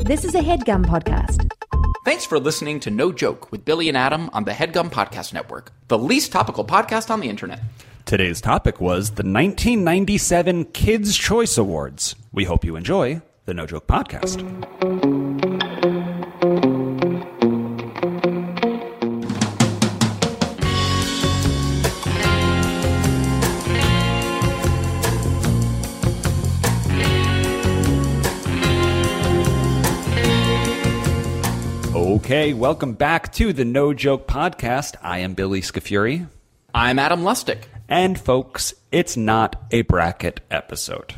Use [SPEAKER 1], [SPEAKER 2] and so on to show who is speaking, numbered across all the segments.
[SPEAKER 1] This is a headgum podcast.
[SPEAKER 2] Thanks for listening to No Joke with Billy and Adam on the Headgum Podcast Network, the least topical podcast on the internet.
[SPEAKER 3] Today's topic was the 1997 Kids' Choice Awards. We hope you enjoy the No Joke Podcast. Okay, welcome back to the No Joke Podcast. I am Billy Scafuri.
[SPEAKER 2] I'm Adam Lustig.
[SPEAKER 3] And folks, it's not a bracket episode.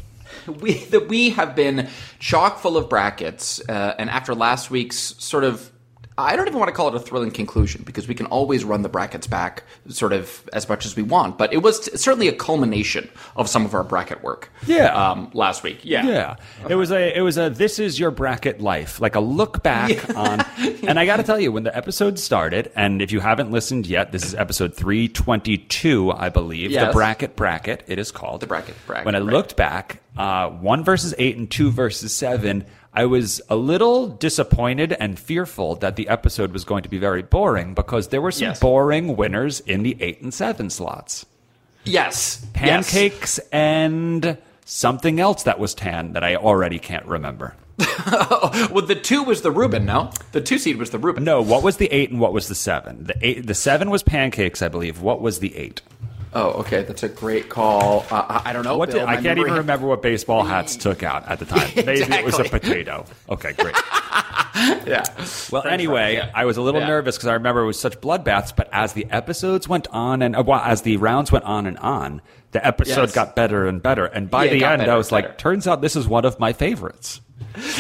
[SPEAKER 2] We, the, we have been chock full of brackets, uh, and after last week's sort of I don't even want to call it a thrilling conclusion because we can always run the brackets back sort of as much as we want. But it was certainly a culmination of some of our bracket work.
[SPEAKER 3] Yeah.
[SPEAKER 2] Um, last week. Yeah.
[SPEAKER 3] Yeah, it was a it was a this is your bracket life, like a look back on. And I got to tell you, when the episode started, and if you haven't listened yet, this is episode three twenty two, I believe.
[SPEAKER 2] Yes.
[SPEAKER 3] The bracket bracket it is called the
[SPEAKER 2] bracket bracket,
[SPEAKER 3] When I
[SPEAKER 2] right.
[SPEAKER 3] looked back, uh, one versus eight and two versus seven. I was a little disappointed and fearful that the episode was going to be very boring because there were some
[SPEAKER 2] Yes.
[SPEAKER 3] boring winners in the eight and seven slots
[SPEAKER 2] Yes. Yes.
[SPEAKER 3] pancakes and something else that was tan that I already can't remember.
[SPEAKER 2] Well, the two was the Reuben. No, the two seed was the Reuben.
[SPEAKER 3] No, what was the eight and what was the seven? The eight, the seven was pancakes, I believe. What was the eight?
[SPEAKER 2] Oh, okay. That's a great call. Uh, I I don't know.
[SPEAKER 3] What
[SPEAKER 2] Bill,
[SPEAKER 3] did,
[SPEAKER 2] my
[SPEAKER 3] I can't even
[SPEAKER 2] memory-
[SPEAKER 3] remember what baseball hats took out at the time. Maybe it was a
[SPEAKER 2] Exactly.
[SPEAKER 3] potato. Okay, great.
[SPEAKER 2] Yeah.
[SPEAKER 3] Well, anyway,
[SPEAKER 2] fries, yeah.
[SPEAKER 3] I was a little
[SPEAKER 2] Yeah.
[SPEAKER 3] nervous because I remember it was such bloodbaths. But as the episodes went on and uh, well, as the rounds went on and on, the episode
[SPEAKER 2] Yes.
[SPEAKER 3] got better and better. And by
[SPEAKER 2] Yeah, it
[SPEAKER 3] the
[SPEAKER 2] got
[SPEAKER 3] end,
[SPEAKER 2] better
[SPEAKER 3] I
[SPEAKER 2] and
[SPEAKER 3] was
[SPEAKER 2] better.
[SPEAKER 3] like, turns out this is one of my favorites.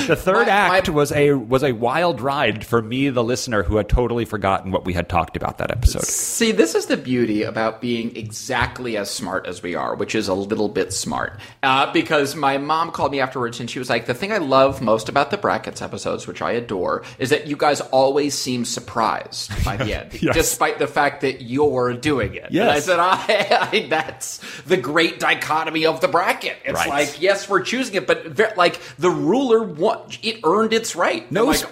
[SPEAKER 3] The third
[SPEAKER 2] My-
[SPEAKER 3] act
[SPEAKER 2] my-
[SPEAKER 3] was a was a wild ride for me, the listener, who had totally forgotten what we had talked about that episode.
[SPEAKER 2] See, this is the beauty about being exactly as smart as we are, which is a little bit smart. Uh, because my mom called me afterwards and she was like, The thing I love most about the brackets episodes, which I adore, is that you guys always seem surprised by the end,
[SPEAKER 3] Yes.
[SPEAKER 2] despite the fact that you're doing it. And I
[SPEAKER 3] Yes.
[SPEAKER 2] said, I, I, That's the great dichotomy of the bracket. It's
[SPEAKER 3] Right.
[SPEAKER 2] like, yes, we're choosing it, but ve- like the ruler, won- it earned its right.
[SPEAKER 3] No
[SPEAKER 2] Like, almost-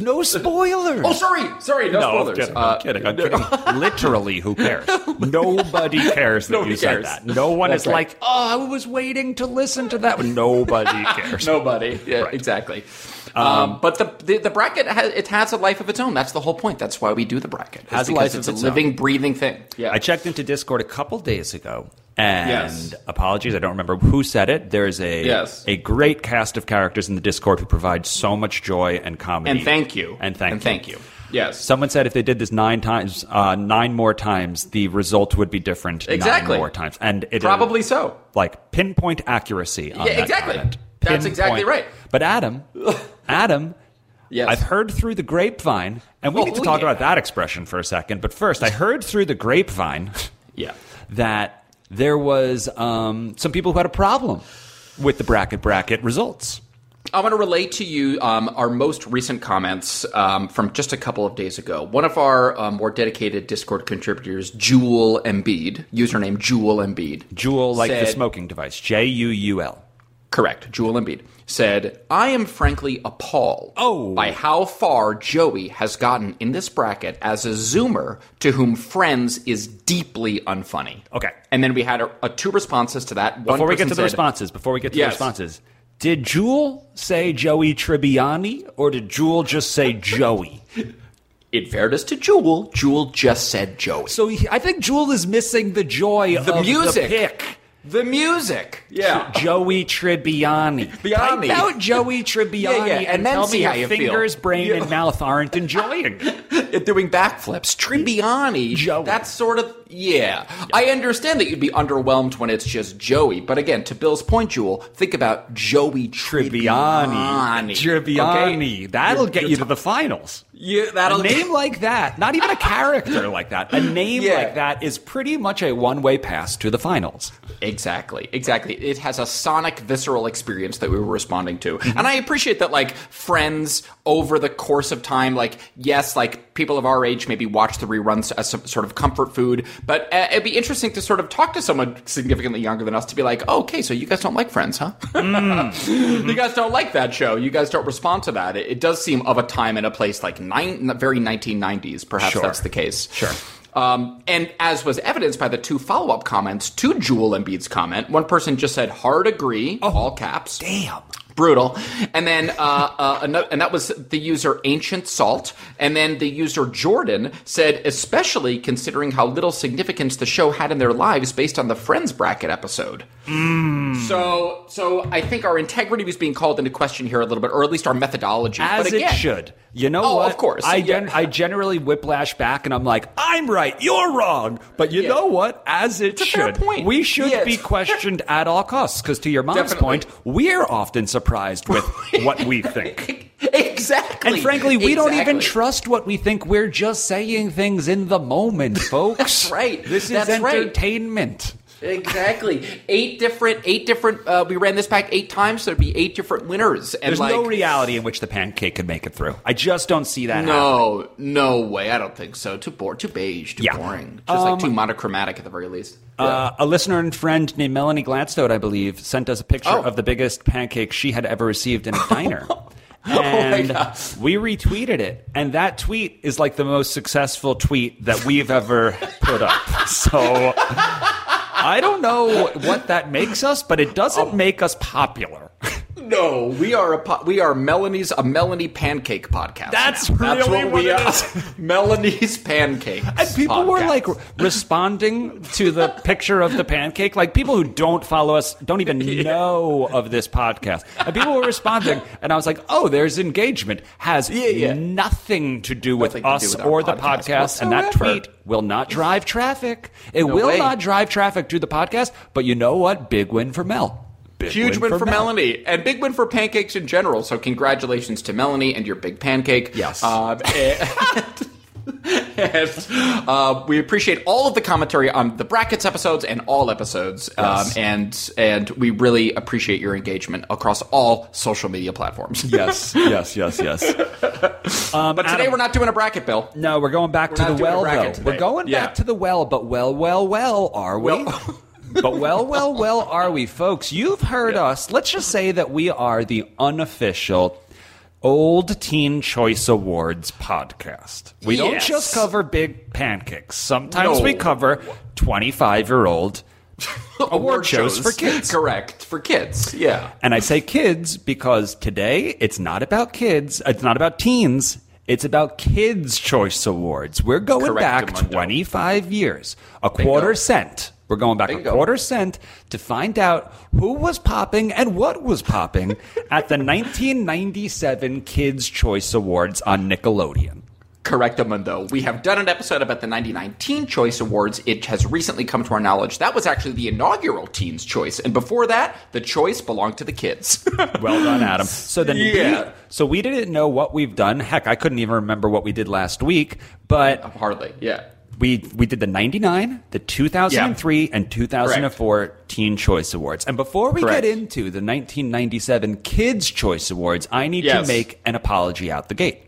[SPEAKER 3] No spoilers.
[SPEAKER 2] Oh, sorry, sorry, no,
[SPEAKER 3] No, I'm
[SPEAKER 2] spoilers.
[SPEAKER 3] kidding.
[SPEAKER 2] Uh,
[SPEAKER 3] I'm kidding. I'm kidding. Literally, who cares? Nobody cares that
[SPEAKER 2] Nobody
[SPEAKER 3] you said
[SPEAKER 2] cares.
[SPEAKER 3] that. No one
[SPEAKER 2] That's
[SPEAKER 3] is
[SPEAKER 2] right.
[SPEAKER 3] like, oh, I was waiting to listen to that. one." Nobody cares.
[SPEAKER 2] Nobody. Yeah,
[SPEAKER 3] Right.
[SPEAKER 2] exactly. Um, but the, the the bracket has, it has a life of its own. That's the whole point. That's why we do the bracket. It's
[SPEAKER 3] Has a
[SPEAKER 2] because
[SPEAKER 3] life of
[SPEAKER 2] it's
[SPEAKER 3] its
[SPEAKER 2] a living,
[SPEAKER 3] own.
[SPEAKER 2] breathing thing. Yeah.
[SPEAKER 3] I checked into Discord a couple days ago, and
[SPEAKER 2] Yes.
[SPEAKER 3] apologies, I don't remember who said it. There's a
[SPEAKER 2] Yes.
[SPEAKER 3] a great cast of characters in the Discord who provide so much joy and comedy.
[SPEAKER 2] and thank you.
[SPEAKER 3] and thank
[SPEAKER 2] and
[SPEAKER 3] you.
[SPEAKER 2] thank you. Yes.
[SPEAKER 3] Someone said if they did this nine times, uh, nine more times, the result would be different.
[SPEAKER 2] Exactly.
[SPEAKER 3] nine more times, and it
[SPEAKER 2] Probably so.
[SPEAKER 3] like pinpoint accuracy. On
[SPEAKER 2] Yeah,
[SPEAKER 3] that
[SPEAKER 2] exactly.
[SPEAKER 3] comment.
[SPEAKER 2] That's exactly right.
[SPEAKER 3] Pinpoint. But Adam, Adam,
[SPEAKER 2] Yes.
[SPEAKER 3] I've heard through the grapevine, and we
[SPEAKER 2] Oh,
[SPEAKER 3] need to
[SPEAKER 2] oh,
[SPEAKER 3] talk
[SPEAKER 2] yeah.
[SPEAKER 3] about that expression for a second. But first, I heard through the grapevine
[SPEAKER 2] Yeah.
[SPEAKER 3] that there was um, some people who had a problem with the bracket bracket results.
[SPEAKER 2] I want to relate to you um, our most recent comments um, from just a couple of days ago. One of our um, more dedicated Discord contributors, Jewel Embiid, username Jewel Embiid,
[SPEAKER 3] Jewel, like the
[SPEAKER 2] Said-
[SPEAKER 3] smoking device, J U U L.
[SPEAKER 2] Correct. Joel Embiid said, I am frankly appalled
[SPEAKER 3] Oh.
[SPEAKER 2] by how far Joey has gotten in this bracket as a Zoomer to whom Friends is deeply unfunny.
[SPEAKER 3] Okay.
[SPEAKER 2] And then we had a, a two responses to that. One
[SPEAKER 3] Before we get
[SPEAKER 2] person
[SPEAKER 3] to the
[SPEAKER 2] said,
[SPEAKER 3] responses, before we get to
[SPEAKER 2] Yes.
[SPEAKER 3] the responses, did Jewel say Joey Tribbiani or did Jewel just say Joey?
[SPEAKER 2] In fairness to Jewel, Jewel just said Joey.
[SPEAKER 3] So he, I think Jewel is missing the joy
[SPEAKER 2] The
[SPEAKER 3] of
[SPEAKER 2] music.
[SPEAKER 3] the pick.
[SPEAKER 2] the music. Yeah.
[SPEAKER 3] Joey Tribbiani.
[SPEAKER 2] Biani.
[SPEAKER 3] Type out Joey Tribbiani
[SPEAKER 2] Yeah, yeah,
[SPEAKER 3] and,
[SPEAKER 2] and then
[SPEAKER 3] tell
[SPEAKER 2] see
[SPEAKER 3] me
[SPEAKER 2] how
[SPEAKER 3] your
[SPEAKER 2] you feel.
[SPEAKER 3] fingers, brain, and mouth aren't enjoying. it.
[SPEAKER 2] doing backflips. Tribbiani.
[SPEAKER 3] Joey.
[SPEAKER 2] That's sort of yeah. I understand that you'd be underwhelmed when it's just Joey, but again, to Bill's point, Jewel, think about Joey Tribbiani.
[SPEAKER 3] Tribbiani. Tribbiani.
[SPEAKER 2] Okay?
[SPEAKER 3] That'll
[SPEAKER 2] You're-
[SPEAKER 3] get
[SPEAKER 2] you're
[SPEAKER 3] you
[SPEAKER 2] t-
[SPEAKER 3] to the finals.
[SPEAKER 2] you, that'll
[SPEAKER 3] a name like that, not even a character like that, a name
[SPEAKER 2] Yeah.
[SPEAKER 3] like that is pretty much a one way pass to the finals.
[SPEAKER 2] Exactly, exactly. It has a sonic visceral experience that we were
[SPEAKER 3] Mm-hmm.
[SPEAKER 2] responding to. And I appreciate that like friends over the course of time like yes, like people of our age maybe watch the reruns as some sort of comfort food. But uh, it'd be interesting to sort of talk to someone significantly younger than us to be like, oh, okay, so you guys don't like Friends, huh?
[SPEAKER 3] Mm.
[SPEAKER 2] you guys don't like that show. You guys don't respond to that. It, it does seem of a time and a place like nine, very 1990s. Perhaps
[SPEAKER 3] Sure.
[SPEAKER 2] that's the case.
[SPEAKER 3] Sure.
[SPEAKER 2] Um, and as was evidenced by the two follow up comments to Jewel Embiid's comment, one person just said "hard agree"
[SPEAKER 3] Oh,
[SPEAKER 2] all caps. Damn. Brutal, and then uh, uh, ano- and that was the user Ancient Salt, and then the user Jordan said, especially considering how little significance the show had in their lives based on the Friends bracket episode.
[SPEAKER 3] Hmm.
[SPEAKER 2] So, so I think our integrity was being called into question here a little bit, or at least our methodology.
[SPEAKER 3] As
[SPEAKER 2] but again,
[SPEAKER 3] it should. You know
[SPEAKER 2] Oh,
[SPEAKER 3] what?
[SPEAKER 2] of course.
[SPEAKER 3] I,
[SPEAKER 2] Yeah.
[SPEAKER 3] gen- I generally whiplash back and I'm like, I'm right, you're wrong. But you
[SPEAKER 2] Yeah.
[SPEAKER 3] know what? As it
[SPEAKER 2] a
[SPEAKER 3] should.
[SPEAKER 2] fair point.
[SPEAKER 3] We should
[SPEAKER 2] Yeah.
[SPEAKER 3] be questioned at all costs because to your mom's
[SPEAKER 2] Definitely.
[SPEAKER 3] point, we're often surprised with what we think.
[SPEAKER 2] Exactly.
[SPEAKER 3] And frankly, we don't even
[SPEAKER 2] Exactly.
[SPEAKER 3] trust what we think. We're just saying things in the moment, folks.
[SPEAKER 2] That's right.
[SPEAKER 3] This is
[SPEAKER 2] That's right.
[SPEAKER 3] entertainment.
[SPEAKER 2] Exactly. Eight different, eight different. Uh, we ran this back eight times, so there'd be eight different winners. And
[SPEAKER 3] There's
[SPEAKER 2] like,
[SPEAKER 3] no reality in which the pancake could make it through. I just don't see that happening.
[SPEAKER 2] no, no way. I don't think so. Too bored. Too beige. Too
[SPEAKER 3] Yeah. Um,
[SPEAKER 2] boring. Just like too monochromatic at the very least.
[SPEAKER 3] Uh, a listener and friend named Melanie Gladstone, I believe, sent us a picture
[SPEAKER 2] Oh.
[SPEAKER 3] of the biggest pancake she had ever received in a diner. And we retweeted it. And that tweet is like the most successful tweet that we've ever put up. So I don't know what that makes us, but it doesn't make us popular.
[SPEAKER 2] no, we are a po- we are Melanie's a Melanie pancake podcast.
[SPEAKER 3] That's
[SPEAKER 2] now.
[SPEAKER 3] really what
[SPEAKER 2] we
[SPEAKER 3] it
[SPEAKER 2] are.
[SPEAKER 3] is.
[SPEAKER 2] Melanie's pancake.
[SPEAKER 3] And people were like responding to the picture of the pancake. Like people who don't follow us don't even know of this podcast. And people were responding, and I was like, "Oh, there's engagement. Has
[SPEAKER 2] yeah.
[SPEAKER 3] nothing to do with
[SPEAKER 2] Nothing to do
[SPEAKER 3] us
[SPEAKER 2] with our
[SPEAKER 3] or the
[SPEAKER 2] podcast
[SPEAKER 3] podcast." And that
[SPEAKER 2] whatsoever.
[SPEAKER 3] tweet will not drive traffic. It will
[SPEAKER 2] way.
[SPEAKER 3] not drive traffic to the podcast. But you know what? Big win for Mel. Big
[SPEAKER 2] Huge win, for,
[SPEAKER 3] Mel.
[SPEAKER 2] Melanie and big win for pancakes in general. So congratulations to Melanie and your big pancake.
[SPEAKER 3] Yes.
[SPEAKER 2] Um, and- and, uh, we appreciate all of the commentary on the brackets episodes and all episodes, um, and and we really appreciate your engagement across all social media platforms.
[SPEAKER 3] Yes, yes, yes, yes. Um,
[SPEAKER 2] But today
[SPEAKER 3] Adam-
[SPEAKER 2] we're not doing a bracket, Bill.
[SPEAKER 3] No, we're going back
[SPEAKER 2] not
[SPEAKER 3] to the
[SPEAKER 2] doing a
[SPEAKER 3] well, though.
[SPEAKER 2] bracket today.
[SPEAKER 3] We're going
[SPEAKER 2] Yeah.
[SPEAKER 3] back to the well, but well, well, well, are we?
[SPEAKER 2] Well-
[SPEAKER 3] but well, well, well, are we, folks? You've heard us. Let's just say that we are the unofficial Old Teen Choice Awards podcast. We don't
[SPEAKER 2] Yes.
[SPEAKER 3] just cover big pancakes. Sometimes we
[SPEAKER 2] No.
[SPEAKER 3] cover 25 year old award shows for kids.
[SPEAKER 2] Correct for kids. Yeah.
[SPEAKER 3] And I say kids because today it's not about kids, it's not about teens, it's about Kids' Choice Awards. We're going
[SPEAKER 2] Correct,
[SPEAKER 3] back
[SPEAKER 2] Edmundo.
[SPEAKER 3] 25 years, a quarter cent. We're going back
[SPEAKER 2] Bingo.
[SPEAKER 3] a quarter cent to find out who was popping and what was popping at the 1997 Kids' Choice Awards on Nickelodeon.
[SPEAKER 2] Correctamundo. We have done an episode about the 99 Teen Choice Awards. It has recently come to our knowledge that was actually the inaugural Teen's Choice, and before that, the choice belonged to the kids.
[SPEAKER 3] Well done, Adam. So then,
[SPEAKER 2] Yeah.
[SPEAKER 3] we, so we didn't know what we've done. Heck, I couldn't even remember what we did last week. But
[SPEAKER 2] Hardly, yeah.
[SPEAKER 3] we we did the 99 the 2003 and 2004 teen choice awards and before we
[SPEAKER 2] Correct.
[SPEAKER 3] get into the 1997 kids choice awards i need
[SPEAKER 2] Yes.
[SPEAKER 3] to make an apology out the gate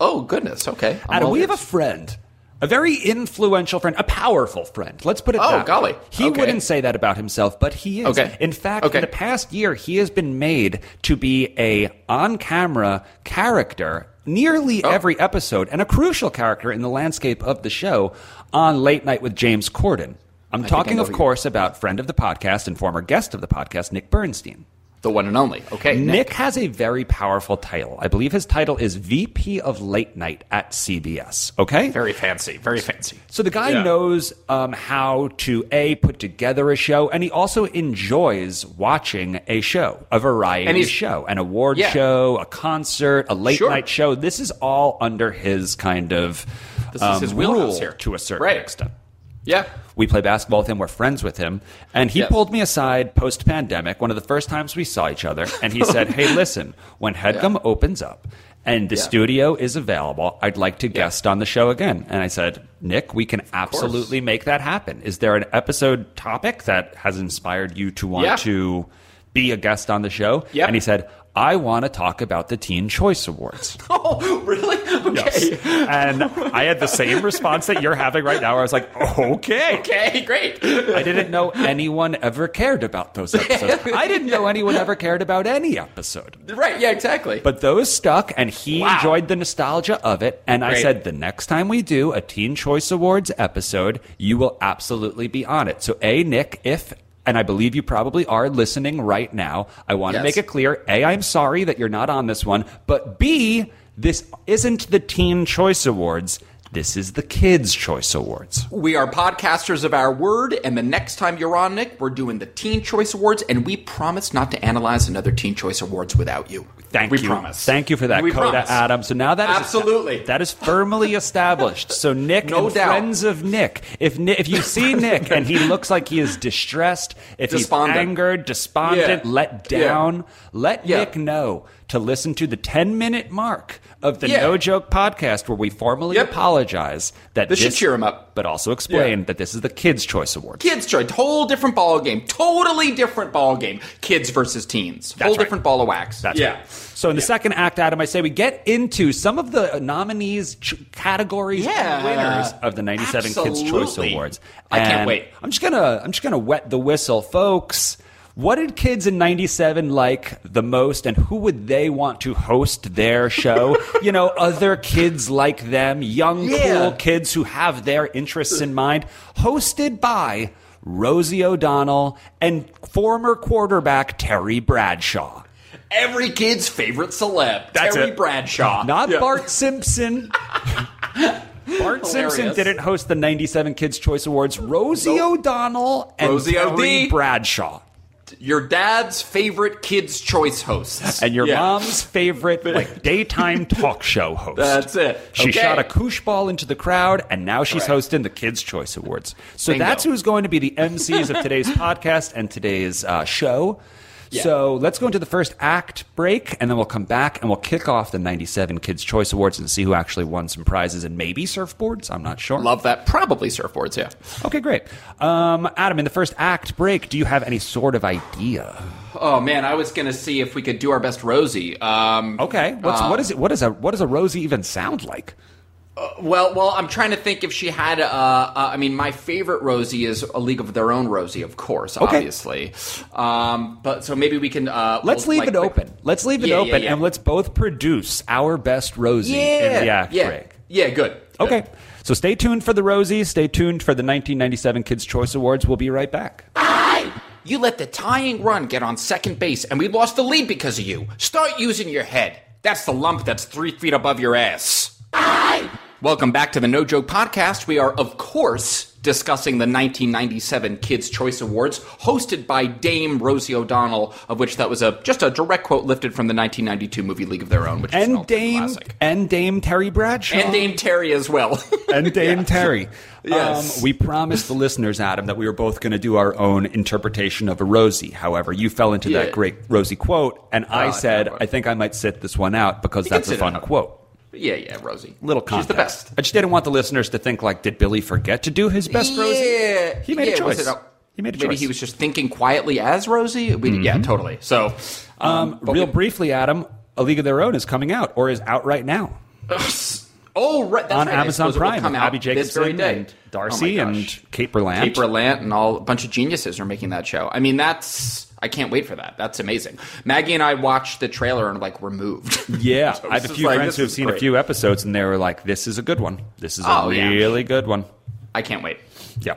[SPEAKER 2] Oh goodness. Okay. I'm
[SPEAKER 3] Adam,
[SPEAKER 2] all
[SPEAKER 3] we have a
[SPEAKER 2] ears.
[SPEAKER 3] friend a very influential friend, a powerful friend. Let's put it
[SPEAKER 2] Oh,
[SPEAKER 3] that way.
[SPEAKER 2] golly.
[SPEAKER 3] He
[SPEAKER 2] Okay.
[SPEAKER 3] wouldn't say that about himself, but he is.
[SPEAKER 2] Okay.
[SPEAKER 3] In fact,
[SPEAKER 2] Okay.
[SPEAKER 3] in the past year, he has been made to be a on-camera character
[SPEAKER 2] Oh.
[SPEAKER 3] nearly every episode and a crucial character in the landscape of the show on Late Night with James Corden. I'm talking,
[SPEAKER 2] know
[SPEAKER 3] of
[SPEAKER 2] who you-
[SPEAKER 3] course, about friend of the podcast and former guest of the podcast, Nick Bernstein.
[SPEAKER 2] the one and only. Okay.
[SPEAKER 3] Nick has a very powerful title. I believe his title is VP of Late Night at CBS. Okay?
[SPEAKER 2] Very fancy. Very fancy.
[SPEAKER 3] So the guy
[SPEAKER 2] Yeah.
[SPEAKER 3] knows um, how to a put together a show, and he also enjoys watching a show, a variety
[SPEAKER 2] And he's-
[SPEAKER 3] show, an award
[SPEAKER 2] Yeah.
[SPEAKER 3] show, a concert, a late
[SPEAKER 2] Sure.
[SPEAKER 3] night show. This is all under his kind of
[SPEAKER 2] This is
[SPEAKER 3] um,
[SPEAKER 2] his wheelhouse
[SPEAKER 3] rule
[SPEAKER 2] here.
[SPEAKER 3] to a certain
[SPEAKER 2] Right.
[SPEAKER 3] extent.
[SPEAKER 2] Yeah.
[SPEAKER 3] We play basketball with him. We're friends with him. And he
[SPEAKER 2] Yes.
[SPEAKER 3] pulled me aside post pandemic, one of the first times we saw each other. And he said, Hey, listen, when Headgum opens up and the
[SPEAKER 2] Yeah.
[SPEAKER 3] studio is available, I'd like to guest on the show again. And I said, Nick, we can absolutely make that happen. Is there an episode topic that has inspired you to want
[SPEAKER 2] Yeah.
[SPEAKER 3] to be a guest on the show?
[SPEAKER 2] Yep.
[SPEAKER 3] And he said, I want to talk about the Teen Choice Awards.
[SPEAKER 2] Oh, really?
[SPEAKER 3] Yes. And I had the same response that you're having right now. I was like, okay.
[SPEAKER 2] Okay, great.
[SPEAKER 3] I didn't know anyone ever cared about those episodes. I didn't know anyone ever cared about any episode.
[SPEAKER 2] Right, yeah, exactly.
[SPEAKER 3] But those stuck, and he
[SPEAKER 2] Wow.
[SPEAKER 3] enjoyed the nostalgia of it. And I
[SPEAKER 2] Great.
[SPEAKER 3] said, the next time we do a Teen Choice Awards episode, you will absolutely be on it. So, A, Nick, if. And I believe you probably are listening right now. I want
[SPEAKER 2] Yes.
[SPEAKER 3] to make it clear A, I'm sorry that you're not on this one, but B, this isn't the Teen Choice Awards. This is the Kids' Choice Awards.
[SPEAKER 2] we are podcasters of our word, and the next time you're on, Nick, we're doing the Teen Choice Awards, and we promise not to analyze another Teen Choice Awards without you.
[SPEAKER 3] Thank
[SPEAKER 2] we
[SPEAKER 3] you.
[SPEAKER 2] promise.
[SPEAKER 3] Thank you for that,
[SPEAKER 2] We
[SPEAKER 3] Coda
[SPEAKER 2] promise.
[SPEAKER 3] Adam. So now that is
[SPEAKER 2] Absolutely.
[SPEAKER 3] that is firmly established. So Nick,
[SPEAKER 2] No
[SPEAKER 3] and
[SPEAKER 2] doubt.
[SPEAKER 3] friends of Nick, if Ni- if you see Nick and he looks like he is distressed, if
[SPEAKER 2] Despondent.
[SPEAKER 3] he's angered, despondent,
[SPEAKER 2] Yeah.
[SPEAKER 3] let
[SPEAKER 2] Yeah.
[SPEAKER 3] down, let
[SPEAKER 2] Yeah.
[SPEAKER 3] Nick know to listen to the ten minute mark of the
[SPEAKER 2] Yeah.
[SPEAKER 3] No Joke podcast where we formally
[SPEAKER 2] Yep.
[SPEAKER 3] apologize that
[SPEAKER 2] This should cheer him up.
[SPEAKER 3] but also explain
[SPEAKER 2] Yeah.
[SPEAKER 3] that this is the Kids Choice Awards.
[SPEAKER 2] Kids choice, whole different ball game, totally different ball game. Kids versus teens, whole
[SPEAKER 3] That's right.
[SPEAKER 2] different ball of wax.
[SPEAKER 3] That's
[SPEAKER 2] yeah.
[SPEAKER 3] right. So in the second act, Adam, I say we get into some of the nominees, ch- categories,
[SPEAKER 2] Yeah.
[SPEAKER 3] and winners of the '97 Kids' Choice
[SPEAKER 2] Absolutely.
[SPEAKER 3] Awards.
[SPEAKER 2] I can't
[SPEAKER 3] And
[SPEAKER 2] wait.
[SPEAKER 3] I'm just gonna I'm just gonna wet the whistle, folks. What did kids in 97 like the most, and who would they want to host their show? you know, other kids like them, young,
[SPEAKER 2] Yeah.
[SPEAKER 3] cool kids who have their interests in mind, hosted by Rosie O'Donnell and former quarterback Terry Bradshaw.
[SPEAKER 2] Every kid's favorite celeb,
[SPEAKER 3] That's
[SPEAKER 2] Terry
[SPEAKER 3] it.
[SPEAKER 2] Bradshaw.
[SPEAKER 3] Not
[SPEAKER 2] Yeah.
[SPEAKER 3] Bart Simpson. Bart Simpson
[SPEAKER 2] Hilarious.
[SPEAKER 3] didn't host the 97 Kids' Choice Awards. Rosie O'Donnell and
[SPEAKER 2] Rosie
[SPEAKER 3] Terry
[SPEAKER 2] OD.
[SPEAKER 3] Bradshaw.
[SPEAKER 2] Your dad's favorite kids' choice hosts.
[SPEAKER 3] And your
[SPEAKER 2] Yeah.
[SPEAKER 3] mom's favorite like daytime talk show host.
[SPEAKER 2] That's it.
[SPEAKER 3] She
[SPEAKER 2] Okay.
[SPEAKER 3] shot a koosh ball into the crowd, and now she's
[SPEAKER 2] Right.
[SPEAKER 3] hosting the Kids' Choice Awards. So
[SPEAKER 2] Bingo.
[SPEAKER 3] that's who's going to be the MCs of today's podcast and today's uh, show.
[SPEAKER 2] Yeah.
[SPEAKER 3] So let's go into the first act break, and then we'll come back and we'll kick off the 97 Kids' Choice Awards and see who actually won some prizes and maybe surfboards. I'm not sure.
[SPEAKER 2] Love that. Probably surfboards, yeah.
[SPEAKER 3] Okay, great. Um, Adam, in the first act break, do you have any sort of idea?
[SPEAKER 2] Oh, man, I was going to see if we could do our best Rosie. Um,
[SPEAKER 3] Okay. What's, what is it? What, is a, what does a Rosie even sound like?
[SPEAKER 2] Well, well, I'm trying to think if she had. Uh, uh, I mean, my favorite Rosie is A League of Their Own Rosie, of course, obviously. Um, but so maybe we can. Uh,
[SPEAKER 3] Let's
[SPEAKER 2] we'll,
[SPEAKER 3] leave
[SPEAKER 2] like,
[SPEAKER 3] it open. Let's leave it
[SPEAKER 2] Yeah, yeah,
[SPEAKER 3] open,
[SPEAKER 2] yeah.
[SPEAKER 3] and let's both produce our best Rosie in the
[SPEAKER 2] Yeah,
[SPEAKER 3] act
[SPEAKER 2] yeah,
[SPEAKER 3] break.
[SPEAKER 2] yeah. Good.
[SPEAKER 3] Okay. So stay tuned for the Rosie. Stay tuned for the 1997 Kids' Choice Awards. We'll be right back.
[SPEAKER 2] You let the tying run get on second base, and we lost the lead because of you. Start using your head. That's the lump that's three feet above your ass. Welcome back to the No Joke Podcast. We are, of course, discussing the 1997 Kids' Choice Awards, hosted by Dame Rosie O'Donnell, of which that was a just a direct quote lifted from the 1992 movie League of Their Own, which is an
[SPEAKER 3] And
[SPEAKER 2] ultimate
[SPEAKER 3] Dame
[SPEAKER 2] classic.
[SPEAKER 3] and Dame Terry Bradshaw.
[SPEAKER 2] And Dame Terry as well.
[SPEAKER 3] and Dame Terry.
[SPEAKER 2] Yes.
[SPEAKER 3] Um, we promised the listeners, Adam, that we were both going to do our own interpretation of a Rosie. However, you fell into
[SPEAKER 2] Yeah.
[SPEAKER 3] that great Rosie quote, and I
[SPEAKER 2] Oh,
[SPEAKER 3] said,
[SPEAKER 2] no.
[SPEAKER 3] I think I might sit this one out because
[SPEAKER 2] can
[SPEAKER 3] that's a
[SPEAKER 2] sit it
[SPEAKER 3] fun
[SPEAKER 2] out.
[SPEAKER 3] quote.
[SPEAKER 2] yeah, yeah, Rosie.
[SPEAKER 3] Little
[SPEAKER 2] She's
[SPEAKER 3] context.
[SPEAKER 2] the best.
[SPEAKER 3] I just didn't want the listeners to think like, did Billy forget to do his best Rosie?
[SPEAKER 2] Yeah,
[SPEAKER 3] He made
[SPEAKER 2] Yeah,
[SPEAKER 3] a
[SPEAKER 2] was
[SPEAKER 3] choice.
[SPEAKER 2] it a-
[SPEAKER 3] he made a
[SPEAKER 2] Maybe
[SPEAKER 3] choice. Mm-hmm.
[SPEAKER 2] he was just thinking quietly as Rosie. We, Yeah, totally. So,
[SPEAKER 3] um,
[SPEAKER 2] but
[SPEAKER 3] real
[SPEAKER 2] we-
[SPEAKER 3] briefly, Adam. A League of Their Own is coming out or is out right now
[SPEAKER 2] oh, right, that's right.
[SPEAKER 3] on
[SPEAKER 2] I
[SPEAKER 3] Amazon
[SPEAKER 2] suppose it will
[SPEAKER 3] Prime.
[SPEAKER 2] Come
[SPEAKER 3] with
[SPEAKER 2] out
[SPEAKER 3] Abby
[SPEAKER 2] this very
[SPEAKER 3] Jacobson
[SPEAKER 2] day.
[SPEAKER 3] and Darcy
[SPEAKER 2] Oh my
[SPEAKER 3] and
[SPEAKER 2] gosh.
[SPEAKER 3] Kate Berlant.
[SPEAKER 2] Kate Berlant and all a bunch of geniuses are making that show. I mean, that's I can't wait for that. That's amazing. Maggie and I watched the trailer and like we're moved.
[SPEAKER 3] Yeah,
[SPEAKER 2] So
[SPEAKER 3] I have a
[SPEAKER 2] this is
[SPEAKER 3] few
[SPEAKER 2] like,
[SPEAKER 3] friends
[SPEAKER 2] this
[SPEAKER 3] who have
[SPEAKER 2] is
[SPEAKER 3] seen a
[SPEAKER 2] great.
[SPEAKER 3] few episodes, and they were like, "This is a good one. This is
[SPEAKER 2] Oh,
[SPEAKER 3] a
[SPEAKER 2] yeah.
[SPEAKER 3] really good one."
[SPEAKER 2] I can't wait.
[SPEAKER 3] Yeah.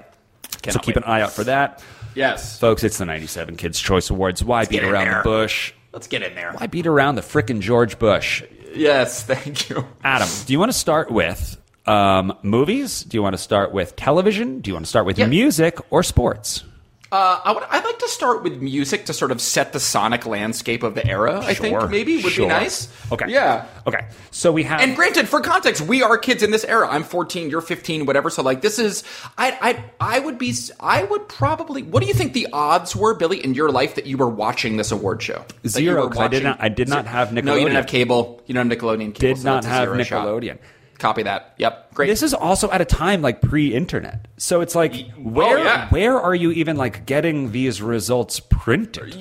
[SPEAKER 3] so
[SPEAKER 2] Cannot
[SPEAKER 3] keep
[SPEAKER 2] wait.
[SPEAKER 3] an eye out for that,
[SPEAKER 2] Yes,
[SPEAKER 3] folks. It's the '97 Kids' Choice Awards. Why beat
[SPEAKER 2] get in
[SPEAKER 3] around
[SPEAKER 2] there.
[SPEAKER 3] the bush?
[SPEAKER 2] let's get in there.
[SPEAKER 3] Why beat around the frickin' George Bush?
[SPEAKER 2] Yes, thank you.
[SPEAKER 3] Adam, do you want to start with um, movies? Do you want to start with television? Do you want to start with
[SPEAKER 2] Yeah.
[SPEAKER 3] music or sports?
[SPEAKER 2] Uh, I would, I'd like to start with music to sort of set the sonic landscape of the era. I
[SPEAKER 3] Sure,
[SPEAKER 2] think maybe would
[SPEAKER 3] sure.
[SPEAKER 2] be nice.
[SPEAKER 3] Okay.
[SPEAKER 2] Yeah.
[SPEAKER 3] Okay. So we have
[SPEAKER 2] And granted, for context, we are kids in this era. I'm 14, you're 15, whatever. So like, this is I I I would be I would probably. What do you think the odds were, Billy, in your life that you were watching this award show? That you
[SPEAKER 3] Zero,
[SPEAKER 2] were
[SPEAKER 3] 'cause I
[SPEAKER 2] watching-
[SPEAKER 3] did not- I did not have
[SPEAKER 2] No, you
[SPEAKER 3] Nickelodeon.
[SPEAKER 2] didn't have cable. You don't have Nickelodeon. Cable,
[SPEAKER 3] Did
[SPEAKER 2] so
[SPEAKER 3] not
[SPEAKER 2] that's a
[SPEAKER 3] have
[SPEAKER 2] zero shot.
[SPEAKER 3] Nickelodeon.
[SPEAKER 2] Copy that. Yep. Great.
[SPEAKER 3] This is also at a time like pre-internet, so it's like where
[SPEAKER 2] oh, yeah.
[SPEAKER 3] where are you even like getting these results printed?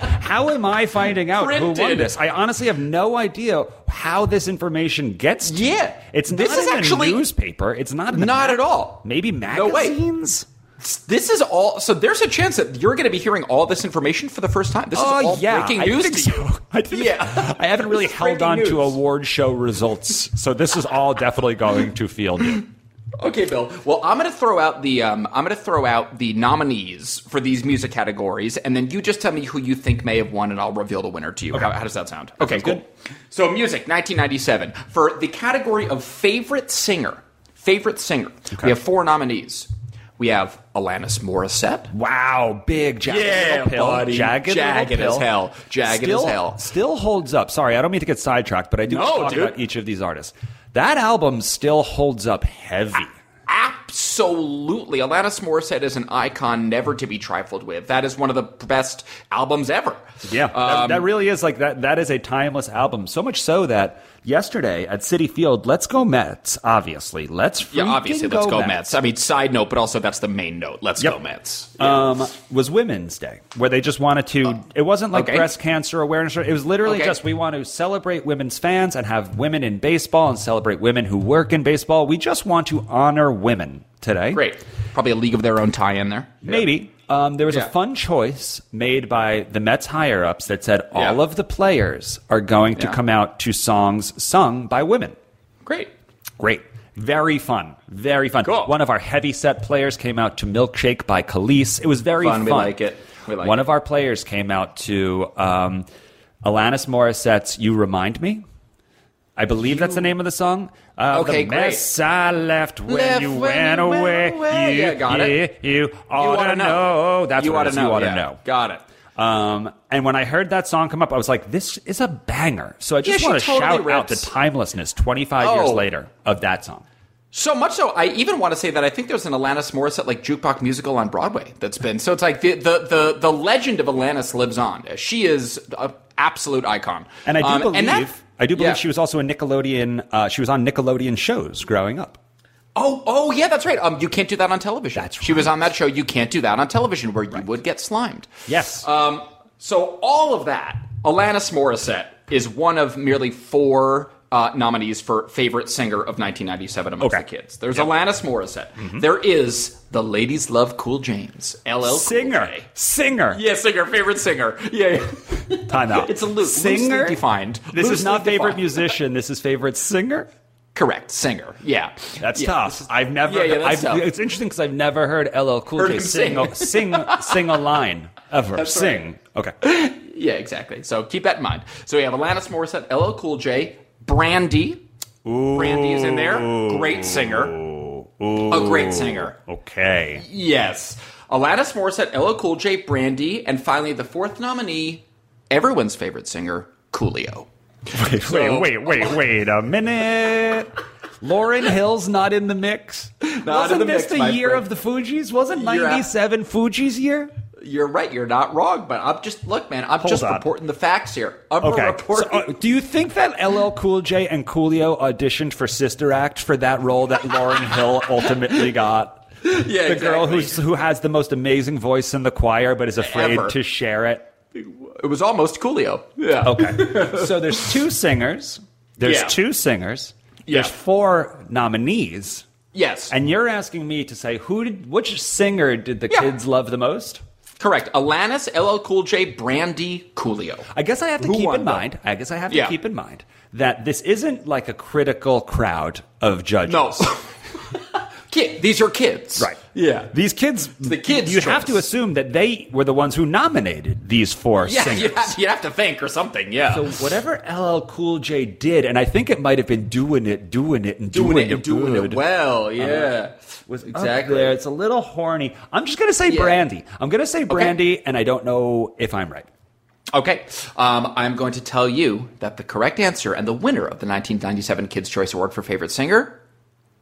[SPEAKER 3] How am I finding out who won
[SPEAKER 2] Printed.
[SPEAKER 3] this? I honestly have no idea how this information gets to me.
[SPEAKER 2] Yeah.
[SPEAKER 3] It's not
[SPEAKER 2] This is
[SPEAKER 3] in
[SPEAKER 2] actually-
[SPEAKER 3] a newspaper. It's not in the
[SPEAKER 2] Not
[SPEAKER 3] ma-
[SPEAKER 2] at all.
[SPEAKER 3] Maybe
[SPEAKER 2] No way.
[SPEAKER 3] magazines?
[SPEAKER 2] This is all. So there's a chance that you're going to be hearing all this information for the first time. This is all breaking news
[SPEAKER 3] Uh, Oh, I
[SPEAKER 2] to
[SPEAKER 3] think
[SPEAKER 2] you.
[SPEAKER 3] so. I think-
[SPEAKER 2] Yeah.
[SPEAKER 3] I haven't really
[SPEAKER 2] This is
[SPEAKER 3] held
[SPEAKER 2] breaking
[SPEAKER 3] on
[SPEAKER 2] news.
[SPEAKER 3] to award show results, so this is all definitely going to feel new.
[SPEAKER 2] Okay, Bill. Well, I'm going to throw out the um, I'm going to throw out the nominees for these music categories, and then you just tell me who you think may have won, and I'll reveal the winner to you. How, how does that sound? okay, cool. So, music, 1997 for the category of favorite singer. Favorite singer.
[SPEAKER 3] Okay.
[SPEAKER 2] We have four nominees. We have Alanis Morissette.
[SPEAKER 3] Wow, big jagged
[SPEAKER 2] Yeah,
[SPEAKER 3] little pill,
[SPEAKER 2] buddy.
[SPEAKER 3] jagged, little
[SPEAKER 2] Jagged as
[SPEAKER 3] pill.
[SPEAKER 2] hell. Jagged as
[SPEAKER 3] Still-
[SPEAKER 2] hell.
[SPEAKER 3] Still holds up. Sorry, I don't mean to get sidetracked, but I do
[SPEAKER 2] No,
[SPEAKER 3] want to talk
[SPEAKER 2] dude.
[SPEAKER 3] about each of these artists. That album still holds up heavy.
[SPEAKER 2] Absolutely, Alanis Morissette is an icon never to be trifled with. That is one of the best albums ever.
[SPEAKER 3] Yeah, that,
[SPEAKER 2] Um,
[SPEAKER 3] that really is like that. That is a timeless album. So much so that yesterday at City Field, let's go Mets. Obviously, let's
[SPEAKER 2] Yeah, obviously,
[SPEAKER 3] freaking
[SPEAKER 2] let's go Mets. I mean, side note, but also that's the main note. Let's
[SPEAKER 3] Yep.
[SPEAKER 2] go Mets.
[SPEAKER 3] um, was Women's Day, where they just wanted to. it wasn't like
[SPEAKER 2] Oh. okay.
[SPEAKER 3] breast cancer awareness. or- It was literally
[SPEAKER 2] Okay.
[SPEAKER 3] just we want to celebrate women's fans and have women in baseball and celebrate women who work in baseball. We just want to honor women today.
[SPEAKER 2] Great. Probably a league of their own tie in there.
[SPEAKER 3] Maybe. Um, there was
[SPEAKER 2] Yeah.
[SPEAKER 3] a fun choice made by the Mets higher ups that said all
[SPEAKER 2] Yeah.
[SPEAKER 3] of the players are going to
[SPEAKER 2] Yeah.
[SPEAKER 3] come out to songs sung by women.
[SPEAKER 2] Great.
[SPEAKER 3] Great. Very fun. Very fun.
[SPEAKER 2] Cool.
[SPEAKER 3] One of our heavy set players came out to Milkshake by Khalees. It was very
[SPEAKER 2] Fun.
[SPEAKER 3] fun.
[SPEAKER 2] We like it. We like
[SPEAKER 3] One
[SPEAKER 2] it.
[SPEAKER 3] of our players came out to um, Alanis Morissette's You Remind Me. I believe that's the name of the song. Uh,
[SPEAKER 2] Okay,
[SPEAKER 3] the
[SPEAKER 2] great.
[SPEAKER 3] mess I left when
[SPEAKER 2] Left
[SPEAKER 3] you
[SPEAKER 2] when
[SPEAKER 3] went
[SPEAKER 2] you went
[SPEAKER 3] away.
[SPEAKER 2] away.
[SPEAKER 3] You,
[SPEAKER 2] Yeah, got it.
[SPEAKER 3] You, you ought to know. Oh, That's
[SPEAKER 2] you
[SPEAKER 3] what
[SPEAKER 2] ought to
[SPEAKER 3] it is.
[SPEAKER 2] know.
[SPEAKER 3] You ought
[SPEAKER 2] yeah.
[SPEAKER 3] to know.
[SPEAKER 2] Got it.
[SPEAKER 3] Um, and when I heard that song come up, I was like, "This is a banger!" So I just
[SPEAKER 2] Yeah, she
[SPEAKER 3] want to
[SPEAKER 2] totally
[SPEAKER 3] shout out the
[SPEAKER 2] rips.
[SPEAKER 3] timelessness 25 years
[SPEAKER 2] Oh.
[SPEAKER 3] later of that song.
[SPEAKER 2] So much so, I even want to say that I think there's an Alanis Morissette like jukebox musical on Broadway that's been. So it's like the the the, the legend of Alanis lives on. She is an absolute icon.
[SPEAKER 3] And I do
[SPEAKER 2] Um,
[SPEAKER 3] believe
[SPEAKER 2] that-
[SPEAKER 3] I do believe
[SPEAKER 2] yeah.
[SPEAKER 3] she was also a Nickelodeon. Uh, she was on Nickelodeon shows growing up.
[SPEAKER 2] Oh, oh yeah, that's right. Um, you can't do that on television.
[SPEAKER 3] That's
[SPEAKER 2] She was
[SPEAKER 3] right.
[SPEAKER 2] on that show. You can't do that on television, where you would get slimed.
[SPEAKER 3] Yes.
[SPEAKER 2] Um, so all of that, Alanis Morissette is one of merely four uh, nominees for favorite singer of 1997 amongst
[SPEAKER 3] Okay. Mm-hmm.
[SPEAKER 2] the kids. There's Alanis Morissette. There is the ladies love Cool James. LL Cool
[SPEAKER 3] singer,
[SPEAKER 2] J.
[SPEAKER 3] singer.
[SPEAKER 2] Yeah, singer, favorite singer. Yeah, yeah.
[SPEAKER 3] Time out.
[SPEAKER 2] It's a loo-
[SPEAKER 3] singer
[SPEAKER 2] loosely defined.
[SPEAKER 3] This is
[SPEAKER 2] Loosely
[SPEAKER 3] not favorite
[SPEAKER 2] defined.
[SPEAKER 3] musician. This is favorite singer.
[SPEAKER 2] correct, singer. Yeah,
[SPEAKER 3] That's
[SPEAKER 2] Yeah,
[SPEAKER 3] tough.
[SPEAKER 2] this is-
[SPEAKER 3] I've never.
[SPEAKER 2] Yeah, yeah, that's
[SPEAKER 3] I've,
[SPEAKER 2] tough.
[SPEAKER 3] It's interesting because I've never heard LL Cool
[SPEAKER 2] Heard
[SPEAKER 3] J
[SPEAKER 2] him
[SPEAKER 3] sing
[SPEAKER 2] sing.
[SPEAKER 3] a- sing sing a line ever. sing. Okay.
[SPEAKER 2] Yeah, exactly. So keep that in mind. So we have Alanis Morissette, LL Cool J, Brandy. Brandy is in there. Great singer. A great singer.
[SPEAKER 3] Okay.
[SPEAKER 2] Yes. Alanis Morissette, LL Cool J, Brandy, and finally the fourth nominee, everyone's favorite singer, Coolio.
[SPEAKER 3] Wait,
[SPEAKER 2] So-
[SPEAKER 3] wait, wait, wait, wait a minute. Lauren Hill's not in the mix. Wasn't
[SPEAKER 2] in the
[SPEAKER 3] this
[SPEAKER 2] mix,
[SPEAKER 3] the
[SPEAKER 2] my
[SPEAKER 3] year
[SPEAKER 2] friend.
[SPEAKER 3] of the Fugees? Wasn't
[SPEAKER 2] You're out.
[SPEAKER 3] 97 Fugees year?
[SPEAKER 2] You're right. You're not wrong. But I'm just look, man. I'm just
[SPEAKER 3] on.
[SPEAKER 2] reporting the facts here. I'm
[SPEAKER 3] So,
[SPEAKER 2] reporting.
[SPEAKER 3] uh, do you think that LL Cool J and Coolio auditioned for Sister Act for that role that Lauren Hill ultimately got?
[SPEAKER 2] yeah,
[SPEAKER 3] The girl
[SPEAKER 2] exactly.
[SPEAKER 3] who's, who has the most amazing voice in the choir but is afraid
[SPEAKER 2] Ever.
[SPEAKER 3] to share it.
[SPEAKER 2] it was almost Coolio. Yeah.
[SPEAKER 3] Okay. so there's two singers. There's
[SPEAKER 2] Yeah.
[SPEAKER 3] two singers.
[SPEAKER 2] Yeah.
[SPEAKER 3] There's four nominees.
[SPEAKER 2] Yes.
[SPEAKER 3] And you're asking me to say who did which singer did the
[SPEAKER 2] Yeah.
[SPEAKER 3] kids love the most?
[SPEAKER 2] correct. Alanis, LL Cool J, Brandy, Coolio.
[SPEAKER 3] I guess I have to
[SPEAKER 2] Who
[SPEAKER 3] keep
[SPEAKER 2] won
[SPEAKER 3] in
[SPEAKER 2] though?
[SPEAKER 3] mind. I guess I have to
[SPEAKER 2] Yeah.
[SPEAKER 3] keep in mind that this isn't like a critical crowd of judges.
[SPEAKER 2] No. Kid, these are kids.
[SPEAKER 3] Right.
[SPEAKER 2] Yeah.
[SPEAKER 3] These kids the
[SPEAKER 2] kids'
[SPEAKER 3] you have to
[SPEAKER 2] choice.
[SPEAKER 3] assume that they were the ones who nominated these four
[SPEAKER 2] yeah,
[SPEAKER 3] singers.
[SPEAKER 2] you have, you have to think or something. Yeah.
[SPEAKER 3] So whatever LL Cool J did, and I think it might have been doing it, doing it, and doing,
[SPEAKER 2] doing it and doing
[SPEAKER 3] good.
[SPEAKER 2] it well. Yeah.
[SPEAKER 3] was exactly
[SPEAKER 2] exactly.
[SPEAKER 3] there. It's a little horny. I'm just gonna say
[SPEAKER 2] Yeah.
[SPEAKER 3] Brandy. I'm gonna say Brandy, and I don't know if I'm right.
[SPEAKER 2] Okay. Um, I'm going to tell you that the correct answer and the winner of the 1997 Kids' Choice Award for Favorite Singer,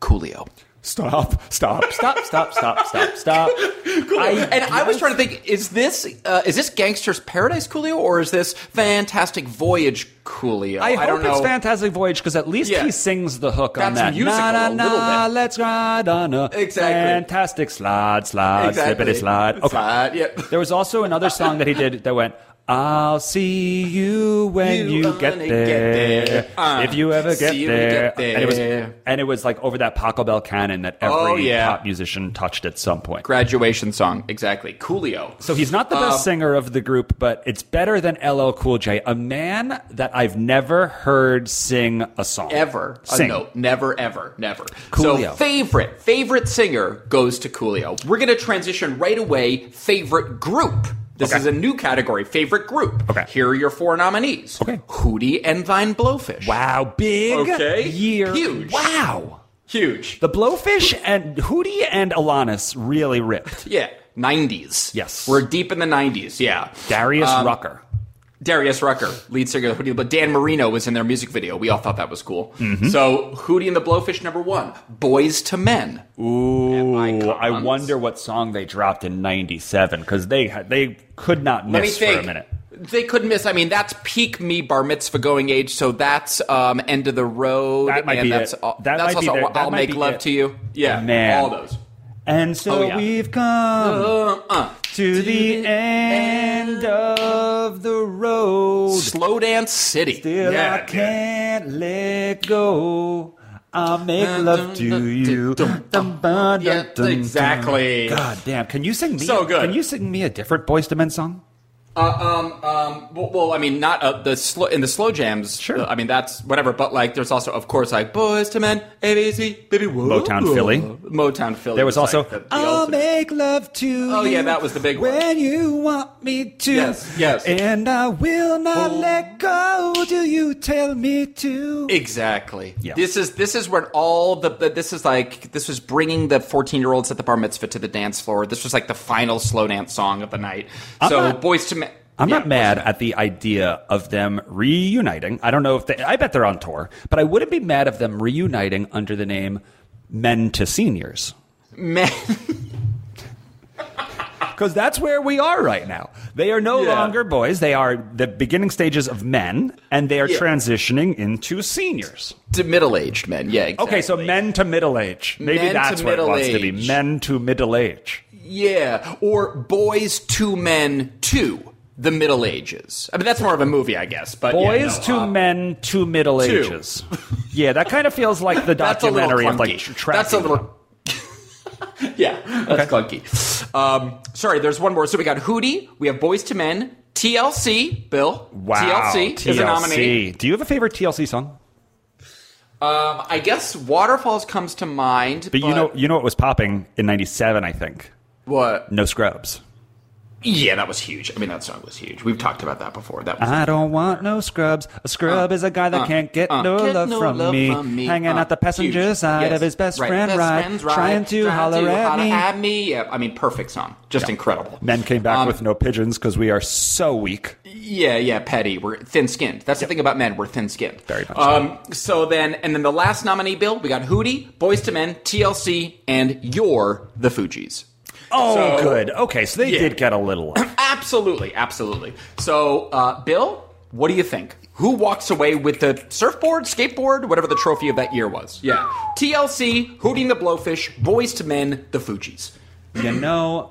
[SPEAKER 2] Coolio.
[SPEAKER 3] Stop! Stop! Stop! Stop! Stop! Stop! Stop! I,
[SPEAKER 2] and I was trying to think: is this uh, is this Gangster's Paradise Coolio or is this Fantastic Voyage Coolio?
[SPEAKER 3] I,
[SPEAKER 2] Oh, don't
[SPEAKER 3] hope
[SPEAKER 2] know.
[SPEAKER 3] it's Fantastic Voyage because at least
[SPEAKER 2] Yeah.
[SPEAKER 3] he sings the hook on
[SPEAKER 2] That's
[SPEAKER 3] that.
[SPEAKER 2] musical
[SPEAKER 3] na, na,
[SPEAKER 2] a little
[SPEAKER 3] na,
[SPEAKER 2] bit.
[SPEAKER 3] Let's ride on a
[SPEAKER 2] Exactly.
[SPEAKER 3] fantastic slide, slide,
[SPEAKER 2] Exactly.
[SPEAKER 3] Uh, slippity slide. Okay.
[SPEAKER 2] Slide, yep.
[SPEAKER 3] There was also another song that he did that went. I'll see you when you,
[SPEAKER 2] You
[SPEAKER 3] get,
[SPEAKER 2] only get
[SPEAKER 3] there.
[SPEAKER 2] there. Uh,
[SPEAKER 3] if you ever get,
[SPEAKER 2] see you when you
[SPEAKER 3] there.
[SPEAKER 2] get there.
[SPEAKER 3] And it was and it was like over that Paco Bell canon that every
[SPEAKER 2] Oh, yeah.
[SPEAKER 3] pop musician touched at some point.
[SPEAKER 2] Graduation song, exactly. Coolio.
[SPEAKER 3] So he's not the
[SPEAKER 2] Um,
[SPEAKER 3] best singer of the group, but it's better than LL Cool J, a man that I've never heard sing a song
[SPEAKER 2] ever. A
[SPEAKER 3] Sing.
[SPEAKER 2] note. Never, ever, never. So
[SPEAKER 3] Coolio.
[SPEAKER 2] favorite, favorite singer goes to Coolio. We're going to transition right away. Favorite group. This
[SPEAKER 3] Okay.
[SPEAKER 2] is a new category. Favorite group.
[SPEAKER 3] Okay.
[SPEAKER 2] Here are your four nominees.
[SPEAKER 3] Okay.
[SPEAKER 2] Hootie and Thine Blowfish.
[SPEAKER 3] Wow, big
[SPEAKER 2] Okay.
[SPEAKER 3] year.
[SPEAKER 2] Huge.
[SPEAKER 3] Wow.
[SPEAKER 2] Huge.
[SPEAKER 3] The Blowfish and Hootie and Alanis really ripped.
[SPEAKER 2] yeah. 90s.
[SPEAKER 3] Yes.
[SPEAKER 2] We're deep in the 90s. Yeah. Um,
[SPEAKER 3] Darius Rucker.
[SPEAKER 2] Darius Rucker, lead singer of Hootie, but Dan Marino was in their music video. We all thought that was cool.
[SPEAKER 3] Mm-hmm.
[SPEAKER 2] So Hootie and the Blowfish, number one. Boys to Men.
[SPEAKER 3] Ooh,
[SPEAKER 2] Am I
[SPEAKER 3] I
[SPEAKER 2] cons-
[SPEAKER 3] wonder what song they dropped in '97 because they had- they could not
[SPEAKER 2] Let me
[SPEAKER 3] miss for
[SPEAKER 2] think.
[SPEAKER 3] a minute.
[SPEAKER 2] They couldn't miss. I mean, that's peak me bar mitzvah going age. So that's um, end of the road.
[SPEAKER 3] That might
[SPEAKER 2] and
[SPEAKER 3] be
[SPEAKER 2] that's
[SPEAKER 3] it.
[SPEAKER 2] All,
[SPEAKER 3] That
[SPEAKER 2] that's
[SPEAKER 3] might be
[SPEAKER 2] also
[SPEAKER 3] their-
[SPEAKER 2] I'll,
[SPEAKER 3] that
[SPEAKER 2] I'll
[SPEAKER 3] might
[SPEAKER 2] make
[SPEAKER 3] be
[SPEAKER 2] love
[SPEAKER 3] it.
[SPEAKER 2] to you. Yeah,
[SPEAKER 3] Man.
[SPEAKER 2] all those.
[SPEAKER 3] And so
[SPEAKER 2] Oh, yeah.
[SPEAKER 3] we've come
[SPEAKER 2] Uh, uh.
[SPEAKER 3] to the end of the road.
[SPEAKER 2] Slow dance city.
[SPEAKER 3] Still,
[SPEAKER 2] Yeah,
[SPEAKER 3] I
[SPEAKER 2] yeah.
[SPEAKER 3] can't let go. I'll make love to you.
[SPEAKER 2] dum,
[SPEAKER 3] Dum, ba, dum,
[SPEAKER 2] Yeah,
[SPEAKER 3] dum,
[SPEAKER 2] exactly.
[SPEAKER 3] dum. God damn! Can you sing me?
[SPEAKER 2] So good.
[SPEAKER 3] Can you sing me a different Boys to Men song?
[SPEAKER 2] Uh, um, um, well, well, I mean, not uh, the slow in the slow jams.
[SPEAKER 3] Sure.
[SPEAKER 2] uh, I mean, that's whatever. But like, there's also, of course, like boys to men, ABC, baby, whoa.
[SPEAKER 3] Motown Philly.
[SPEAKER 2] Motown Philly.
[SPEAKER 3] There was
[SPEAKER 2] is,
[SPEAKER 3] also
[SPEAKER 2] like, the- the
[SPEAKER 3] I'll
[SPEAKER 2] ultimate.
[SPEAKER 3] make love to
[SPEAKER 2] Oh,
[SPEAKER 3] you
[SPEAKER 2] yeah, that was the big one.
[SPEAKER 3] When you want me to.
[SPEAKER 2] Yes, yes.
[SPEAKER 3] And I will not
[SPEAKER 2] Oh.
[SPEAKER 3] let go till you tell me to.
[SPEAKER 2] Exactly.
[SPEAKER 3] Yeah.
[SPEAKER 2] This is this is when all the the- this is like this was bringing the fourteen year olds at the bar mitzvah to the dance floor. This was like the final slow dance song of the night.
[SPEAKER 3] I'm
[SPEAKER 2] so
[SPEAKER 3] not-
[SPEAKER 2] boys to men.
[SPEAKER 3] I'm
[SPEAKER 2] Yeah,
[SPEAKER 3] not mad at the idea of them reuniting. I don't know if they, I bet they're on tour, but I wouldn't be mad of them reuniting under the name Men to Seniors.
[SPEAKER 2] Men.
[SPEAKER 3] Because that's where we are right now. They are no
[SPEAKER 2] Yeah.
[SPEAKER 3] longer boys. They are the beginning stages of men, and they are
[SPEAKER 2] Yeah.
[SPEAKER 3] transitioning into seniors.
[SPEAKER 2] to middle aged men. Yeah. Exactly.
[SPEAKER 3] Okay, so men to middle age. Maybe
[SPEAKER 2] Men to
[SPEAKER 3] that's what it
[SPEAKER 2] middle
[SPEAKER 3] wants to be.
[SPEAKER 2] age.
[SPEAKER 3] Men to middle age.
[SPEAKER 2] yeah, or boys to men to the middle ages. I mean, that's more of a movie, I guess. But yeah,
[SPEAKER 3] Boys
[SPEAKER 2] no,
[SPEAKER 3] to
[SPEAKER 2] uh,
[SPEAKER 3] men to middle
[SPEAKER 2] two.
[SPEAKER 3] ages. yeah, that kind of feels like the
[SPEAKER 2] That's a little
[SPEAKER 3] documentary of like
[SPEAKER 2] clunky.
[SPEAKER 3] tracking
[SPEAKER 2] That's a
[SPEAKER 3] them.
[SPEAKER 2] little. yeah, that's clunky. Um, sorry, there's one more. So we got Hootie, we have Boys to Men, TLC, Bill.
[SPEAKER 3] Wow.
[SPEAKER 2] TLC, is a nominee.
[SPEAKER 3] TLC. Do you have a favorite TLC song?
[SPEAKER 2] Um, I guess Waterfalls comes to mind. But,
[SPEAKER 3] But, you know, you know what was popping in '97, I think.
[SPEAKER 2] what?
[SPEAKER 3] No Scrubs.
[SPEAKER 2] Yeah, that was huge. I mean, that song was huge. We've talked about that before. That was
[SPEAKER 3] I don't want no scrubs. A scrub is a guy that
[SPEAKER 2] uh,
[SPEAKER 3] can't get
[SPEAKER 2] uh,
[SPEAKER 3] no
[SPEAKER 2] get
[SPEAKER 3] love,
[SPEAKER 2] no
[SPEAKER 3] from,
[SPEAKER 2] love
[SPEAKER 3] me.
[SPEAKER 2] from me,
[SPEAKER 3] Hanging
[SPEAKER 2] uh,
[SPEAKER 3] out the passenger
[SPEAKER 2] huge.
[SPEAKER 3] side
[SPEAKER 2] Yes,
[SPEAKER 3] of his best
[SPEAKER 2] right,
[SPEAKER 3] friend,
[SPEAKER 2] best
[SPEAKER 3] right,
[SPEAKER 2] friend's
[SPEAKER 3] trying to holler at me.
[SPEAKER 2] at Um, me. Yeah, I mean, perfect song. Just incredible.
[SPEAKER 3] Men came back with no pigeons because we are so weak.
[SPEAKER 2] Yeah, yeah, petty. We're thin skinned. That's the thing about men. We're thin skinned.
[SPEAKER 3] Very much so.
[SPEAKER 2] Um, so then, and then the last nominee, Bill, we got Hootie, Boys to Men, TLC, and You're the Fugees.
[SPEAKER 3] Oh,
[SPEAKER 2] So-
[SPEAKER 3] good. Okay, so they
[SPEAKER 2] Yeah.
[SPEAKER 3] did get a little. Up.
[SPEAKER 2] Absolutely, absolutely. So, uh, Bill, what do you think? Who walks away with the surfboard, skateboard, whatever the trophy of that year was? Yeah. TLC, Hootie and the Blowfish, Boys to Men, the Fugees.
[SPEAKER 3] you know,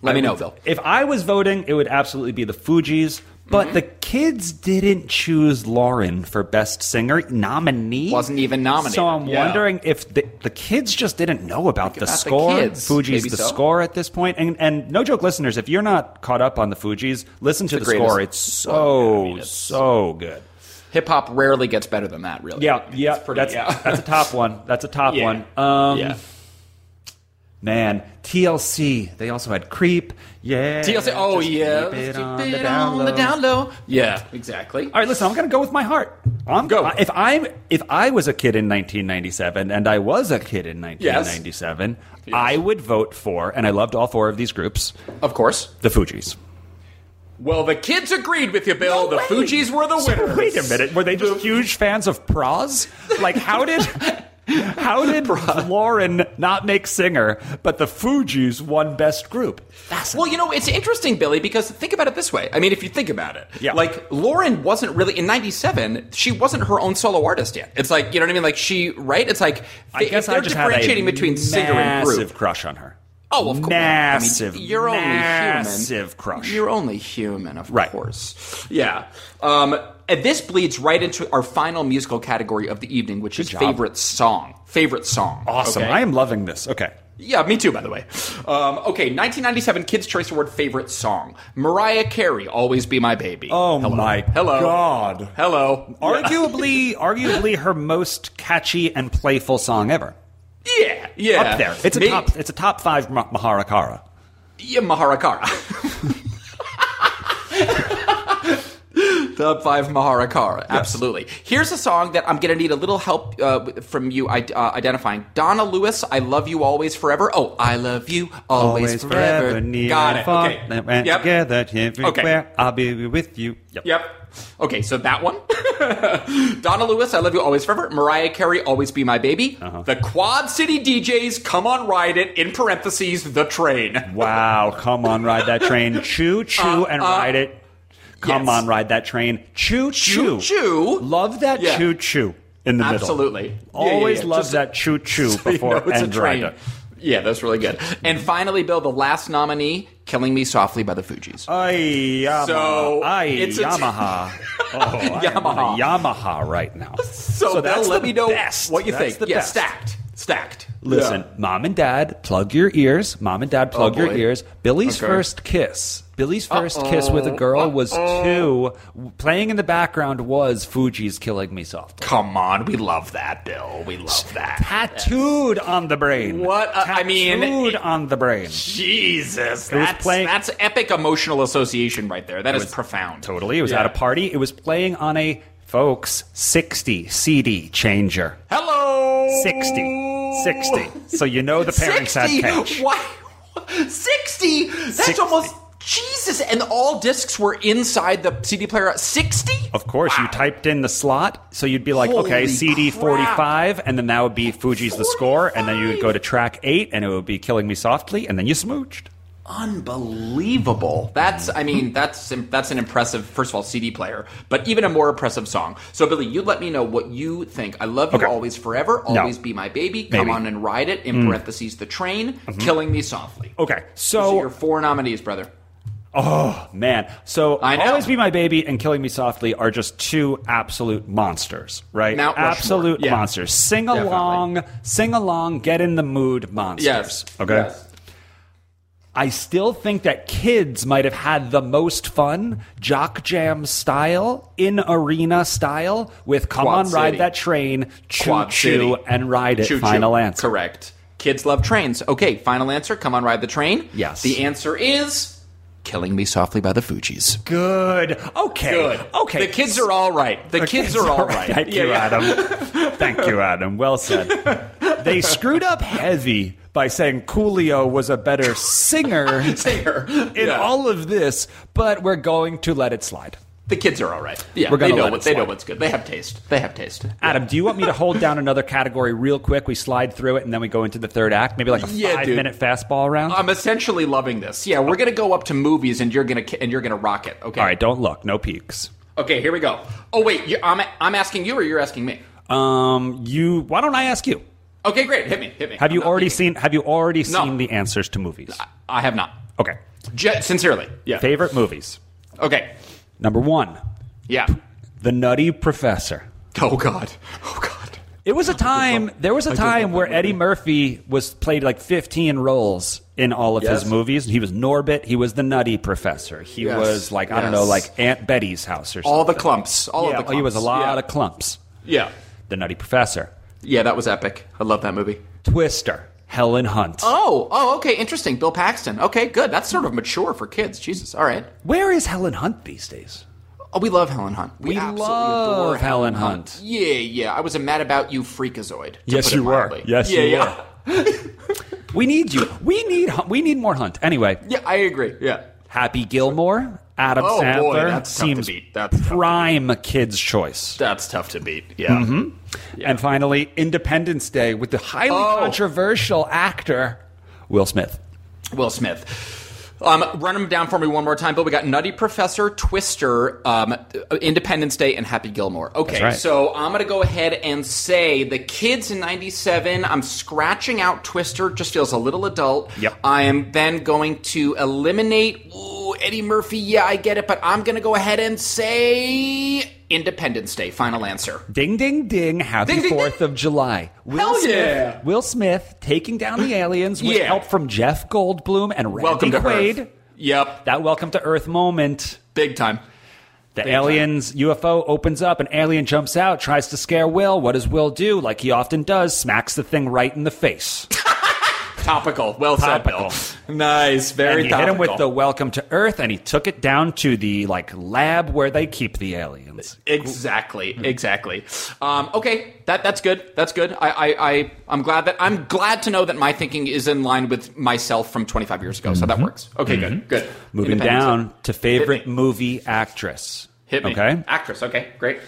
[SPEAKER 2] Let
[SPEAKER 3] I
[SPEAKER 2] me know,
[SPEAKER 3] would-
[SPEAKER 2] Bill.
[SPEAKER 3] If I was voting, it would absolutely be the Fugees. But
[SPEAKER 2] Mm-hmm.
[SPEAKER 3] the kids didn't choose Lauren for best singer nominee.
[SPEAKER 2] Wasn't even nominated.
[SPEAKER 3] So I'm
[SPEAKER 2] Yeah.
[SPEAKER 3] wondering if the, the kids just didn't know about the
[SPEAKER 2] about the
[SPEAKER 3] score.
[SPEAKER 2] kids.
[SPEAKER 3] Fugees
[SPEAKER 2] Maybe
[SPEAKER 3] the
[SPEAKER 2] so.
[SPEAKER 3] score at this point. And and no joke, listeners, if you're not caught up on the Fugees, listen to
[SPEAKER 2] the
[SPEAKER 3] the, score.
[SPEAKER 2] greatest
[SPEAKER 3] It's
[SPEAKER 2] one. Yeah,
[SPEAKER 3] so
[SPEAKER 2] I mean, it's-
[SPEAKER 3] so good.
[SPEAKER 2] Hip hop rarely gets better than that, really.
[SPEAKER 3] Yeah, yeah,
[SPEAKER 2] pretty-
[SPEAKER 3] that's
[SPEAKER 2] yeah.
[SPEAKER 3] that's a top one. That's a top
[SPEAKER 2] Yeah.
[SPEAKER 3] one. Um,
[SPEAKER 2] yeah.
[SPEAKER 3] Man, TLC. They also had Creep. Yeah.
[SPEAKER 2] TLC. Oh
[SPEAKER 3] Just
[SPEAKER 2] yeah.
[SPEAKER 3] Keep it
[SPEAKER 2] Let's
[SPEAKER 3] on
[SPEAKER 2] keep
[SPEAKER 3] the
[SPEAKER 2] it
[SPEAKER 3] down
[SPEAKER 2] on the
[SPEAKER 3] low.
[SPEAKER 2] down low. Yeah, exactly.
[SPEAKER 3] All right, listen. I'm gonna go with my heart. I'm
[SPEAKER 2] Go.
[SPEAKER 3] If I'm if I was a kid in 1997, and I was a kid in 1997, I would vote for, and I loved all four of these groups,
[SPEAKER 2] Of course.
[SPEAKER 3] the Fugees.
[SPEAKER 2] Well, the kids agreed with you, Bill. the
[SPEAKER 3] way.
[SPEAKER 2] Fugees were the
[SPEAKER 3] So
[SPEAKER 2] winners.
[SPEAKER 3] wait a minute, were they just huge fans of Pros? Like, how did how did Lauren not make singer, but the Fugees won best group?
[SPEAKER 2] Well, you know, it's interesting, Billy, because think about it this way. I mean, if you think about it,
[SPEAKER 3] Yeah.
[SPEAKER 2] like Lauren wasn't really in '97. She wasn't her own solo artist yet. It's like you know what I mean. Like she, right? It's like
[SPEAKER 3] I guess
[SPEAKER 2] if they're
[SPEAKER 3] I just had
[SPEAKER 2] differentiating
[SPEAKER 3] a
[SPEAKER 2] between singer and
[SPEAKER 3] massive
[SPEAKER 2] group.
[SPEAKER 3] crush on her.
[SPEAKER 2] Oh, of course.
[SPEAKER 3] Massive,
[SPEAKER 2] I mean, you're only
[SPEAKER 3] massive
[SPEAKER 2] human.
[SPEAKER 3] crush.
[SPEAKER 2] You're only human, of
[SPEAKER 3] Right.
[SPEAKER 2] course. Yeah. Um, and this bleeds right into our final musical category of the evening, which is
[SPEAKER 3] job.
[SPEAKER 2] favorite song. Favorite song.
[SPEAKER 3] Awesome.
[SPEAKER 2] okay?
[SPEAKER 3] I am loving this. Okay.
[SPEAKER 2] Yeah, me too, by the way. Um, okay, 1997 Kids' Choice Award favorite song. Mariah Carey, Always Be My Baby.
[SPEAKER 3] Oh
[SPEAKER 2] Hello.
[SPEAKER 3] my
[SPEAKER 2] Hello.
[SPEAKER 3] God.
[SPEAKER 2] Hello.
[SPEAKER 3] Arguably, arguably her most catchy and playful song ever.
[SPEAKER 2] Yeah, yeah.
[SPEAKER 3] Up there. It's a
[SPEAKER 2] May-
[SPEAKER 3] top. It's a top five Ma- Maharakara.
[SPEAKER 2] Yeah, Maharakara. Top five Maharakara. Absolutely. Here's a song that I'm going to need a little help uh, from you I- uh, identifying. Donna Lewis, I Love You Always Forever. Oh, I Love You Always, Forever.
[SPEAKER 3] near
[SPEAKER 2] Got
[SPEAKER 3] and
[SPEAKER 2] it.
[SPEAKER 3] far,
[SPEAKER 2] Okay.
[SPEAKER 3] that we're
[SPEAKER 2] Yep.
[SPEAKER 3] Together everywhere. I'll be with you. Yep.
[SPEAKER 2] Yep. Okay, so that one. Donna Lewis, I Love You Always Forever. Mariah Carey, Always Be My Baby.
[SPEAKER 3] Uh-huh.
[SPEAKER 2] The Quad City DJs, Come On Ride It, in parentheses, The Train.
[SPEAKER 3] Wow, come on, ride that train. Choo choo and ride it. Come
[SPEAKER 2] Uh, yes.
[SPEAKER 3] on, ride that train. Choo choo.
[SPEAKER 2] Choo-choo.
[SPEAKER 3] Love that
[SPEAKER 2] Yeah.
[SPEAKER 3] choo choo in the
[SPEAKER 2] Absolutely. Yeah,
[SPEAKER 3] middle.
[SPEAKER 2] yeah, yeah.
[SPEAKER 3] Always love
[SPEAKER 2] Just-
[SPEAKER 3] that choo choo
[SPEAKER 2] You
[SPEAKER 3] before
[SPEAKER 2] know it's a
[SPEAKER 3] and
[SPEAKER 2] train.
[SPEAKER 3] ride it.
[SPEAKER 2] Yeah, that's really good. And finally, Bill, the last nominee, "Killing Me Softly" by the Fugees.
[SPEAKER 3] Oh, Ay, Yamaha.
[SPEAKER 2] So,
[SPEAKER 3] Ay,
[SPEAKER 2] it's a-
[SPEAKER 3] Yamaha. oh, I am on a Yamaha right now.
[SPEAKER 2] so, Bill,
[SPEAKER 3] that's
[SPEAKER 2] let
[SPEAKER 3] the
[SPEAKER 2] me know
[SPEAKER 3] best.
[SPEAKER 2] what you
[SPEAKER 3] That's
[SPEAKER 2] think.
[SPEAKER 3] the
[SPEAKER 2] yeah,
[SPEAKER 3] best.
[SPEAKER 2] stacked, stacked.
[SPEAKER 3] Listen,
[SPEAKER 2] Yeah.
[SPEAKER 3] mom and dad, plug your ears. Mom and dad, plug your
[SPEAKER 2] Oh, boy.
[SPEAKER 3] ears. Billy's
[SPEAKER 2] Okay.
[SPEAKER 3] first kiss. Billy's 1st kiss with a girl was two. Playing in the background was Fuji's Killing Me Softly.
[SPEAKER 2] Come on, we love that, Bill. We love that.
[SPEAKER 3] Tattooed on the brain.
[SPEAKER 2] What a-
[SPEAKER 3] Tattooed
[SPEAKER 2] I mean-
[SPEAKER 3] on the brain.
[SPEAKER 2] Jesus,
[SPEAKER 3] was
[SPEAKER 2] that's
[SPEAKER 3] playing-
[SPEAKER 2] that's epic emotional association right there. That is profound.
[SPEAKER 3] Totally. It was
[SPEAKER 2] Yeah.
[SPEAKER 3] at a party. It was playing on a, folks, 60 CD changer.
[SPEAKER 2] Hello,
[SPEAKER 3] 60. 60. So you know the parents had
[SPEAKER 2] 60?
[SPEAKER 3] cash.
[SPEAKER 2] Why? 60? That's
[SPEAKER 3] 60.
[SPEAKER 2] almost. Jesus, and all discs were inside the CD player. 60?
[SPEAKER 3] Of course, you typed in the slot, so you'd be like,
[SPEAKER 2] Holy
[SPEAKER 3] okay, CD
[SPEAKER 2] crap.
[SPEAKER 3] 45, and then that would be Fuji's the score, and then you would go to track eight, and it would be Killing Me Softly, and then you smooched.
[SPEAKER 2] Unbelievable. That's, I mean, that's that's an impressive, first of all, CD player, but even a more impressive song. So, Billy, you let me know what you think. I love you
[SPEAKER 3] Okay.
[SPEAKER 2] always forever,
[SPEAKER 3] No.
[SPEAKER 2] always be my baby, come
[SPEAKER 3] Maybe.
[SPEAKER 2] on and ride it, in parentheses, the train, killing me softly.
[SPEAKER 3] Okay,
[SPEAKER 2] So, your
[SPEAKER 3] Mm-hmm. so,
[SPEAKER 2] four nominees, brother.
[SPEAKER 3] oh man, so
[SPEAKER 2] I know.
[SPEAKER 3] Always Be My Baby and Killing Me Softly are just two absolute monsters, right?
[SPEAKER 2] Mount Rushmore.
[SPEAKER 3] absolute
[SPEAKER 2] Yeah.
[SPEAKER 3] monsters. Sing along, sing along, get in the mood monsters.
[SPEAKER 2] Yes.
[SPEAKER 3] Okay.
[SPEAKER 2] Yes.
[SPEAKER 3] I still think that kids might have had the most fun jock jam style in arena style with come
[SPEAKER 2] Quad
[SPEAKER 3] on ride
[SPEAKER 2] City.
[SPEAKER 3] that train choo
[SPEAKER 2] Quad
[SPEAKER 3] choo
[SPEAKER 2] City.
[SPEAKER 3] and ride it
[SPEAKER 2] Choo-choo.
[SPEAKER 3] final answer
[SPEAKER 2] Correct. Kids love trains. Okay, final answer. Come on, ride the train.
[SPEAKER 3] Yes.
[SPEAKER 2] The answer is Killing Me Softly by the Fugees.
[SPEAKER 3] good okay okay
[SPEAKER 2] The kids are all right. The, kids, are all right.
[SPEAKER 3] thank
[SPEAKER 2] Yeah,
[SPEAKER 3] you
[SPEAKER 2] yeah.
[SPEAKER 3] Adam thank you Adam well said they screwed up heavy by saying Coolio was a better singer
[SPEAKER 2] Singer.
[SPEAKER 3] in
[SPEAKER 2] Yeah.
[SPEAKER 3] all of this but we're going to let it slide
[SPEAKER 2] the kids are all right. Yeah,
[SPEAKER 3] We're
[SPEAKER 2] they
[SPEAKER 3] gonna
[SPEAKER 2] know
[SPEAKER 3] let
[SPEAKER 2] what
[SPEAKER 3] it
[SPEAKER 2] they know
[SPEAKER 3] slide.
[SPEAKER 2] what's good. They have taste. They have taste.
[SPEAKER 3] Adam, do you want me to hold down another category real quick? We slide through it and then we go into the third act, maybe like a
[SPEAKER 2] Yeah,
[SPEAKER 3] five
[SPEAKER 2] dude.
[SPEAKER 3] minute fastball round.
[SPEAKER 2] I'm essentially loving this. Yeah, we're gonna go up to movies, and you're gonna and you're gonna rock it. Okay.
[SPEAKER 3] All right, don't look, no peaks.
[SPEAKER 2] Okay. Here we go. Oh wait, you, I'm I'm asking you, or you're asking me?
[SPEAKER 3] Um, you. Why don't I ask you?
[SPEAKER 2] Okay, great. Hit me. Hit me.
[SPEAKER 3] Have
[SPEAKER 2] I'm
[SPEAKER 3] you
[SPEAKER 2] not
[SPEAKER 3] already
[SPEAKER 2] thinking.
[SPEAKER 3] seen? Have you already
[SPEAKER 2] No.
[SPEAKER 3] seen the answers to movies?
[SPEAKER 2] I have not.
[SPEAKER 3] Okay.
[SPEAKER 2] Je- sincerely. Yeah.
[SPEAKER 3] Favorite movies.
[SPEAKER 2] Okay.
[SPEAKER 3] Number one,
[SPEAKER 2] Yeah.
[SPEAKER 3] The Nutty Professor.
[SPEAKER 2] Oh God. Oh God.
[SPEAKER 3] It was a time. There was a time where Eddie Murphy was played like 15 roles in all of
[SPEAKER 2] Yes.
[SPEAKER 3] his movies. He was Norbit. He was the Nutty Professor. He
[SPEAKER 2] Yes.
[SPEAKER 3] was like I don't
[SPEAKER 2] Yes.
[SPEAKER 3] know, like Aunt Betty's house or something.
[SPEAKER 2] All the clumps. All
[SPEAKER 3] yeah,
[SPEAKER 2] of the clumps.
[SPEAKER 3] he was a lot
[SPEAKER 2] yeah.
[SPEAKER 3] of clumps.
[SPEAKER 2] Yeah.
[SPEAKER 3] The Nutty Professor,
[SPEAKER 2] Yeah, that was epic. I love that movie.
[SPEAKER 3] Twister, Helen Hunt.
[SPEAKER 2] Oh, oh, okay, interesting. Bill Paxton. Okay, good. That's sort of mature for kids. Jesus. All right.
[SPEAKER 3] Where is Helen Hunt these days?
[SPEAKER 2] Oh, we love Helen Hunt. We,
[SPEAKER 3] We
[SPEAKER 2] absolutely adore
[SPEAKER 3] love
[SPEAKER 2] Helen
[SPEAKER 3] Helen
[SPEAKER 2] Hunt.
[SPEAKER 3] Hunt.
[SPEAKER 2] Yeah, yeah. I was a mad about you freakazoid. to
[SPEAKER 3] Yes,
[SPEAKER 2] put it
[SPEAKER 3] you were.
[SPEAKER 2] mildly.
[SPEAKER 3] Yes,
[SPEAKER 2] yeah,
[SPEAKER 3] you
[SPEAKER 2] yeah.
[SPEAKER 3] were. We need you. We need. Hun- We need more Hunt. Anyway,
[SPEAKER 2] Yeah, I agree. Yeah.
[SPEAKER 3] Happy Gilmore, Adam
[SPEAKER 2] Oh, boy,
[SPEAKER 3] Sandler
[SPEAKER 2] that's tough to
[SPEAKER 3] seems
[SPEAKER 2] beat. That's tough to
[SPEAKER 3] prime kids' choice.
[SPEAKER 2] That's tough to beat. Yeah.
[SPEAKER 3] Mm-hmm. And finally, Independence Day with the highly
[SPEAKER 2] Oh.
[SPEAKER 3] controversial actor Will Smith.
[SPEAKER 2] Will Smith. Um, run them down for me one more time, Bill. We got Nutty Professor, Twister, um, Independence Day, and Happy Gilmore. Okay,
[SPEAKER 3] right.
[SPEAKER 2] so I'm going to go ahead and say the kids in 97, I'm scratching out Twister, just feels a little adult.
[SPEAKER 3] Yep.
[SPEAKER 2] I am then going to eliminate ooh, Eddie Murphy. Yeah, I get it, but I'm going to go ahead and say Independence Day. Final answer.
[SPEAKER 3] Ding, ding, ding. Happy
[SPEAKER 2] Ding, ding,
[SPEAKER 3] 4th of July. Will
[SPEAKER 2] Hell
[SPEAKER 3] Smith,
[SPEAKER 2] yeah.
[SPEAKER 3] Will Smith taking down the aliens with
[SPEAKER 2] Yeah.
[SPEAKER 3] help from Jeff Goldblum and Randy
[SPEAKER 2] Welcome to
[SPEAKER 3] Quaid.
[SPEAKER 2] Earth. Yep,
[SPEAKER 3] That welcome to Earth moment.
[SPEAKER 2] big time.
[SPEAKER 3] The
[SPEAKER 2] time.
[SPEAKER 3] alien's UFO opens up, an alien jumps out, tries to scare Will. What does Will do? Like he often does, smacks the thing right in the face.
[SPEAKER 2] Topical. Well
[SPEAKER 3] Topical.
[SPEAKER 2] said, Bill. Nice. Very
[SPEAKER 3] And he hit
[SPEAKER 2] topical.
[SPEAKER 3] him with the welcome to Earth, and he took it down to the like lab where they keep the aliens.
[SPEAKER 2] Exactly, exactly. Um, okay, that that's good. That's good. I, I, I I'm glad that I'm glad to know that my thinking is in line with myself from 25 years ago. So that works. Okay, good, good.
[SPEAKER 3] Mm-hmm. Moving
[SPEAKER 2] Independence.
[SPEAKER 3] down to
[SPEAKER 2] Hit
[SPEAKER 3] favorite
[SPEAKER 2] me.
[SPEAKER 3] movie actress.
[SPEAKER 2] Hit me.
[SPEAKER 3] Okay.
[SPEAKER 2] Actress. Okay, great.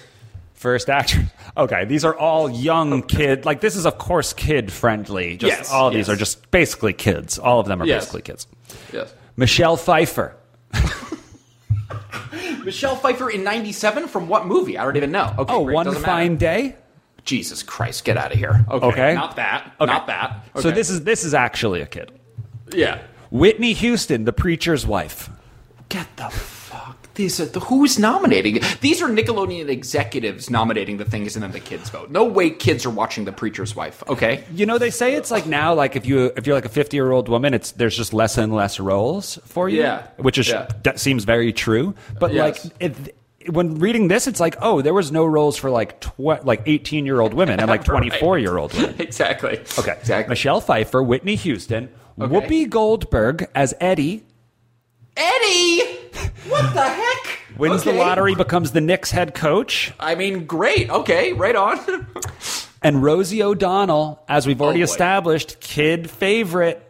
[SPEAKER 3] First actress. Okay, these are all young kid. Like this is of course kid friendly. Just
[SPEAKER 2] Yes,
[SPEAKER 3] all of these
[SPEAKER 2] yes.
[SPEAKER 3] are just basically kids. All of them are
[SPEAKER 2] Yes.
[SPEAKER 3] basically kids.
[SPEAKER 2] Yes.
[SPEAKER 3] Michelle Pfeiffer.
[SPEAKER 2] Michelle Pfeiffer in 97 from what movie? I don't even know. Okay,
[SPEAKER 3] Oh,
[SPEAKER 2] great.
[SPEAKER 3] one
[SPEAKER 2] Doesn't matter.
[SPEAKER 3] fine day.
[SPEAKER 2] Jesus Christ, get out of here. Okay.
[SPEAKER 3] Okay.
[SPEAKER 2] Not that.
[SPEAKER 3] Okay.
[SPEAKER 2] Not that.
[SPEAKER 3] So
[SPEAKER 2] Okay.
[SPEAKER 3] this is this is actually a kid.
[SPEAKER 2] Yeah.
[SPEAKER 3] Whitney Houston, the preacher's wife.
[SPEAKER 2] Get the fuck. These are the, who's nominating? These are Nickelodeon executives nominating the things, and then the kids vote. No way, kids are watching The Preacher's Wife. Okay,
[SPEAKER 3] You know, they say it's like now, like if you if you're like a 50 year old woman, it's there's just less and less roles for you.
[SPEAKER 2] Yeah.
[SPEAKER 3] which is
[SPEAKER 2] Yeah.
[SPEAKER 3] that seems very true. But
[SPEAKER 2] Yes.
[SPEAKER 3] like it, when reading this, it's like oh, there was no roles for like tw- like 18 year old women and like 24 year old women.
[SPEAKER 2] exactly.
[SPEAKER 3] Okay,
[SPEAKER 2] exactly.
[SPEAKER 3] Michelle Pfeiffer, Whitney Houston, Whoopi Goldberg as Eddie
[SPEAKER 2] Eddie, what the heck?
[SPEAKER 3] wins
[SPEAKER 2] Okay.
[SPEAKER 3] the lottery, becomes the Knicks head coach,
[SPEAKER 2] I mean, great. Okay, right on.
[SPEAKER 3] and Rosie O'Donnell, as we've already
[SPEAKER 2] Oh, boy.
[SPEAKER 3] established, kid favorite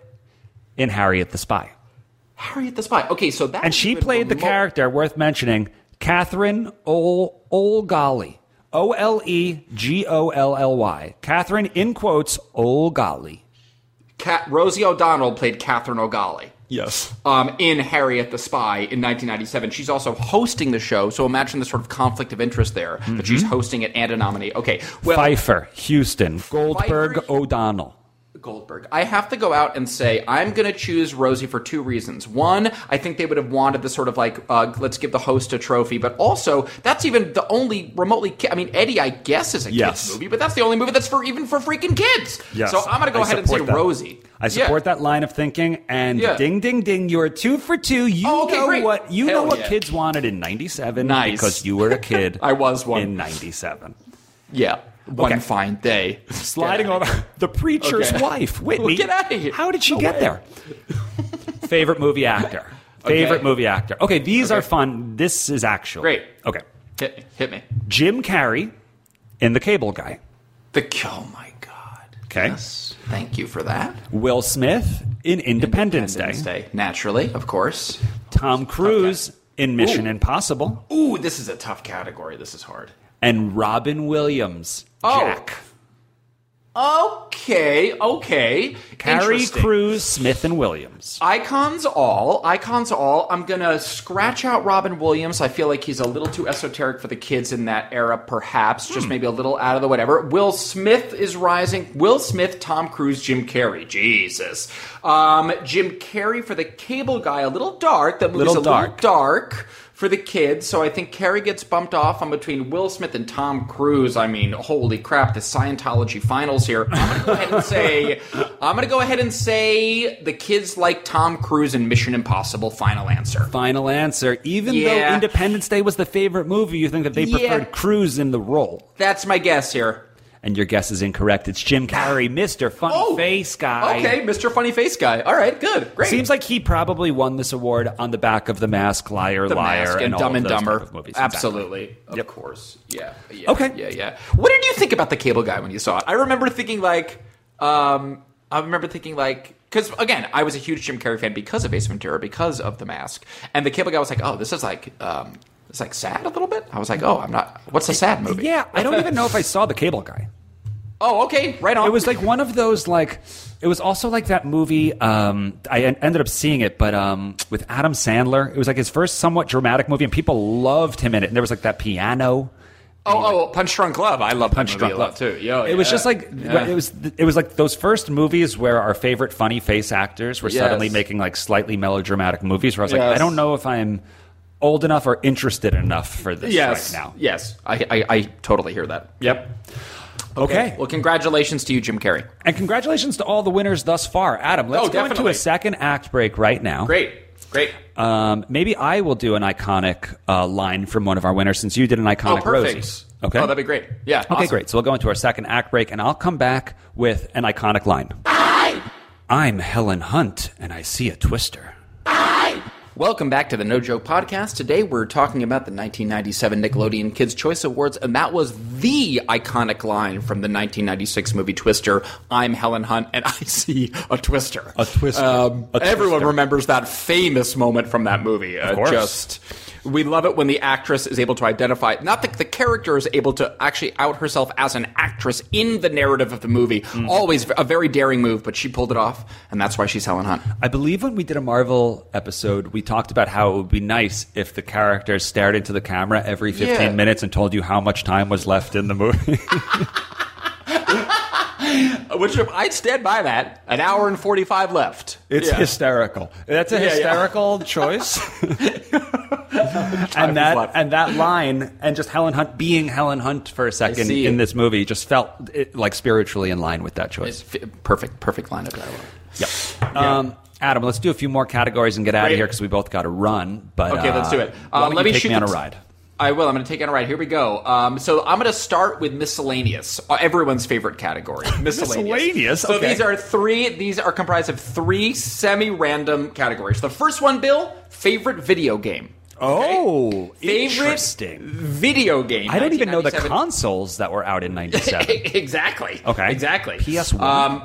[SPEAKER 3] in Harriet the Spy.
[SPEAKER 2] Harriet the Spy. Okay, so that
[SPEAKER 3] And she played the character worth mentioning, Catherine Ol- Olgolly. O L E G O L L Y. Catherine, in quotes, Olgolly.
[SPEAKER 2] Cat- Rosie O'Donnell played Catherine O'Galley.
[SPEAKER 3] Yes.
[SPEAKER 2] um, in Harriet the Spy in 1997. She's also hosting the show, so imagine the sort of conflict of interest there
[SPEAKER 3] Mm-hmm.
[SPEAKER 2] that she's hosting it and a nominee. Okay, well,
[SPEAKER 3] Pfeiffer, Houston, Goldberg,
[SPEAKER 2] Pfeiffer-
[SPEAKER 3] O'Donnell.
[SPEAKER 2] Goldberg. I have to go out and say I'm going to choose Rosie for two reasons. One, I think they would have wanted the sort of like uh, let's give the host a trophy, but also that's even the only remotely. Ki- I mean, Eddie, I guess is a
[SPEAKER 3] Yes.
[SPEAKER 2] kids movie, but that's the only movie that's for even for freaking kids.
[SPEAKER 3] Yes.
[SPEAKER 2] So I'm going to go
[SPEAKER 3] I
[SPEAKER 2] ahead and say
[SPEAKER 3] support that.
[SPEAKER 2] Rosie.
[SPEAKER 3] I support
[SPEAKER 2] yeah.
[SPEAKER 3] that line of thinking. And
[SPEAKER 2] Yeah.
[SPEAKER 3] ding, ding, ding! You are two for two. You
[SPEAKER 2] Oh, okay,
[SPEAKER 3] know
[SPEAKER 2] great.
[SPEAKER 3] what you
[SPEAKER 2] Hell
[SPEAKER 3] know what
[SPEAKER 2] yeah.
[SPEAKER 3] kids wanted in '97
[SPEAKER 2] Nice.
[SPEAKER 3] because you were a kid.
[SPEAKER 2] I was one.
[SPEAKER 3] in '97.
[SPEAKER 2] Yeah. One
[SPEAKER 3] Okay.
[SPEAKER 2] fine day.
[SPEAKER 3] Sliding over the preacher's
[SPEAKER 2] Okay.
[SPEAKER 3] wife, Whitney.
[SPEAKER 2] Well, get outta here.
[SPEAKER 3] How did she
[SPEAKER 2] No
[SPEAKER 3] get
[SPEAKER 2] way.
[SPEAKER 3] there? Favorite movie actor. Favorite
[SPEAKER 2] Okay.
[SPEAKER 3] movie actor. Okay, these are fun. This is actually
[SPEAKER 2] Great.
[SPEAKER 3] Okay,
[SPEAKER 2] Hit me. Hit me.
[SPEAKER 3] Jim Carrey in The Cable Guy.
[SPEAKER 2] The oh my god.
[SPEAKER 3] Okay.
[SPEAKER 2] Yes. Thank you for that.
[SPEAKER 3] Will Smith in Independence, Day.
[SPEAKER 2] Day. Naturally, of course.
[SPEAKER 3] Tom Cruise in Mission
[SPEAKER 2] Ooh.
[SPEAKER 3] Impossible.
[SPEAKER 2] Ooh, this is a tough category. This is hard.
[SPEAKER 3] and Robin Williams.
[SPEAKER 2] Oh.
[SPEAKER 3] Jack.
[SPEAKER 2] Okay, okay.
[SPEAKER 3] Harry
[SPEAKER 2] Interesting.
[SPEAKER 3] Cruz, Smith and Williams.
[SPEAKER 2] Icons all, icons all. I'm gonna scratch out Robin Williams. I feel like he's a little too esoteric for the kids in that era, perhaps.
[SPEAKER 3] Hmm.
[SPEAKER 2] Just maybe a little out of the whatever. Will Smith is rising. Will Smith, Tom Cruise, Jim Carrey. Jesus. Um, Jim Carrey for the cable guy, a little dark. That movie's
[SPEAKER 3] Little
[SPEAKER 2] a little
[SPEAKER 3] dark.
[SPEAKER 2] dark for the kids. So I think Carrey gets bumped off. I'm between Will Smith and Tom Cruise. I mean, holy crap, the Scientology finals here. I'm gonna go ahead and say I'm gonna go ahead and say the kids like Tom Cruise in Mission Impossible final answer.
[SPEAKER 3] Final answer. Even
[SPEAKER 2] Yeah.
[SPEAKER 3] though Independence Day was the favorite movie, you think that they
[SPEAKER 2] Yeah.
[SPEAKER 3] preferred Cruz in the role.
[SPEAKER 2] That's my guess here.
[SPEAKER 3] And your guess is incorrect. It's Jim Carrey, Mr. Fun Face Guy.
[SPEAKER 2] Oh, Okay, Mr. Funny Face Guy. All right, good. Great.
[SPEAKER 3] Seems like he probably won this award on the back of The Mask, Liar,
[SPEAKER 2] The
[SPEAKER 3] Liar,
[SPEAKER 2] Mask
[SPEAKER 3] and, all
[SPEAKER 2] Dumb
[SPEAKER 3] of
[SPEAKER 2] and
[SPEAKER 3] those type
[SPEAKER 2] Dumber.
[SPEAKER 3] of movies.
[SPEAKER 2] Absolutely. Of
[SPEAKER 3] Yep.
[SPEAKER 2] course. Yeah, yeah.
[SPEAKER 3] Okay.
[SPEAKER 2] Yeah, yeah. What did you think about the cable guy when you saw it? I remember thinking like um I remember thinking like because again, I was a huge Jim Carrey fan because of Ace Ventura, because of The Mask, and the Cable Guy was like, "Oh, this is like, um, it's like sad a little bit." I was like, "Oh, I'm not. What's a sad movie?"
[SPEAKER 3] Exactly. Yeah, I don't even know if I saw The Cable Guy.
[SPEAKER 2] Oh, okay, right on.
[SPEAKER 3] It was like one of those like it was also like that movie um I en- ended up seeing it but um with Adam Sandler. It was like his first somewhat dramatic movie and people loved him in it. And there was like that piano
[SPEAKER 2] oh, oh, Punch Drunk Love. I love
[SPEAKER 3] Punch
[SPEAKER 2] that movie
[SPEAKER 3] Drunk
[SPEAKER 2] a lot
[SPEAKER 3] Love
[SPEAKER 2] too. Yo,
[SPEAKER 3] it was
[SPEAKER 2] yeah.
[SPEAKER 3] just like
[SPEAKER 2] Yeah.
[SPEAKER 3] it was it was like those first movies where our favorite funny face actors were
[SPEAKER 2] Yes.
[SPEAKER 3] suddenly making like slightly melodramatic movies where I was like
[SPEAKER 2] Yes.
[SPEAKER 3] I don't know if I'm old enough or interested enough for this
[SPEAKER 2] yes,
[SPEAKER 3] right now.
[SPEAKER 2] yes. I, I, I totally hear that.
[SPEAKER 3] Yep. Okay.
[SPEAKER 2] Well, congratulations to you, Jim Carrey.
[SPEAKER 3] And congratulations to all the winners thus far. Adam, let's
[SPEAKER 2] Oh,
[SPEAKER 3] go into
[SPEAKER 2] definitely.
[SPEAKER 3] a second act break right now.
[SPEAKER 2] Great, great.
[SPEAKER 3] Um, maybe I will do an iconic uh, line from one of our winners since you did an
[SPEAKER 2] Oh,
[SPEAKER 3] iconic
[SPEAKER 2] perfect.
[SPEAKER 3] Rosie's. Okay.
[SPEAKER 2] Oh, that'd be great. Yeah.
[SPEAKER 3] Okay, great. So we'll go into our second act break, and I'll come back with an iconic line. I'm Helen Hunt, and I see a twister.
[SPEAKER 2] Welcome back to the No Joke Podcast. Today we're talking about the 1997 Nickelodeon Kids' Choice Awards, and that was the iconic line from the 1996 movie Twister I'm Helen Hunt, and I see a twister. A
[SPEAKER 3] twister.
[SPEAKER 2] Um,
[SPEAKER 3] A twister.
[SPEAKER 2] Everyone remembers that famous moment from that movie. Of
[SPEAKER 3] course.
[SPEAKER 2] Just. We love it when the actress is able to identify, not that the character is able to actually out herself as an actress in the narrative of the movie. Always a very daring move, but she pulled it off, and that's why she's Helen Hunt.
[SPEAKER 3] I believe when we did a Marvel episode, we talked about how it would be nice if the character stared into the camera every 15
[SPEAKER 2] Yeah.
[SPEAKER 3] minutes and told you how much time was left in the movie.
[SPEAKER 2] Which I'd stand by that. An hour and forty five left.
[SPEAKER 3] It's
[SPEAKER 2] Yeah.
[SPEAKER 3] hysterical. That's a
[SPEAKER 2] Yeah, yeah.
[SPEAKER 3] hysterical choice. and that
[SPEAKER 2] left.
[SPEAKER 3] and that line and just Helen Hunt being Helen Hunt for a second
[SPEAKER 2] see
[SPEAKER 3] in
[SPEAKER 2] it.
[SPEAKER 3] this movie just felt it, like spiritually in line with that choice.
[SPEAKER 2] F- perfect, perfect line of dialogue.
[SPEAKER 3] Yep. Um, Adam, let's do a few more categories and get out of
[SPEAKER 2] Great.
[SPEAKER 3] here because we both got to run. But
[SPEAKER 2] Okay,
[SPEAKER 3] uh,
[SPEAKER 2] let's do it.
[SPEAKER 3] why
[SPEAKER 2] Uh,
[SPEAKER 3] don't
[SPEAKER 2] let
[SPEAKER 3] you
[SPEAKER 2] me
[SPEAKER 3] take
[SPEAKER 2] shoot
[SPEAKER 3] me on
[SPEAKER 2] the
[SPEAKER 3] a
[SPEAKER 2] t-
[SPEAKER 3] ride.
[SPEAKER 2] I will. I'm going to take on a ride. Here we go. Um, so I'm going to start with miscellaneous, uh, everyone's favorite category, miscellaneous.
[SPEAKER 3] Miscellaneous,
[SPEAKER 2] So
[SPEAKER 3] okay.
[SPEAKER 2] these are three. These are comprised of three semi-random categories. The first one, Bill, favorite video game.
[SPEAKER 3] Oh,
[SPEAKER 2] Favorite
[SPEAKER 3] interesting.
[SPEAKER 2] video game.
[SPEAKER 3] I don't even know the
[SPEAKER 2] 1997.
[SPEAKER 3] consoles that were out in '97.
[SPEAKER 2] exactly.
[SPEAKER 3] Okay.
[SPEAKER 2] Exactly.
[SPEAKER 3] PS1.
[SPEAKER 2] Um,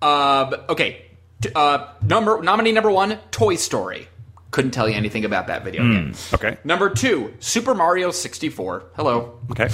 [SPEAKER 2] uh, okay. T- Uh, number nominee number one, Toy Story. Couldn't tell you anything about that
[SPEAKER 3] Hmm.
[SPEAKER 2] video game.
[SPEAKER 3] okay.
[SPEAKER 2] Number two, Super Mario 64. Hello.
[SPEAKER 3] Okay.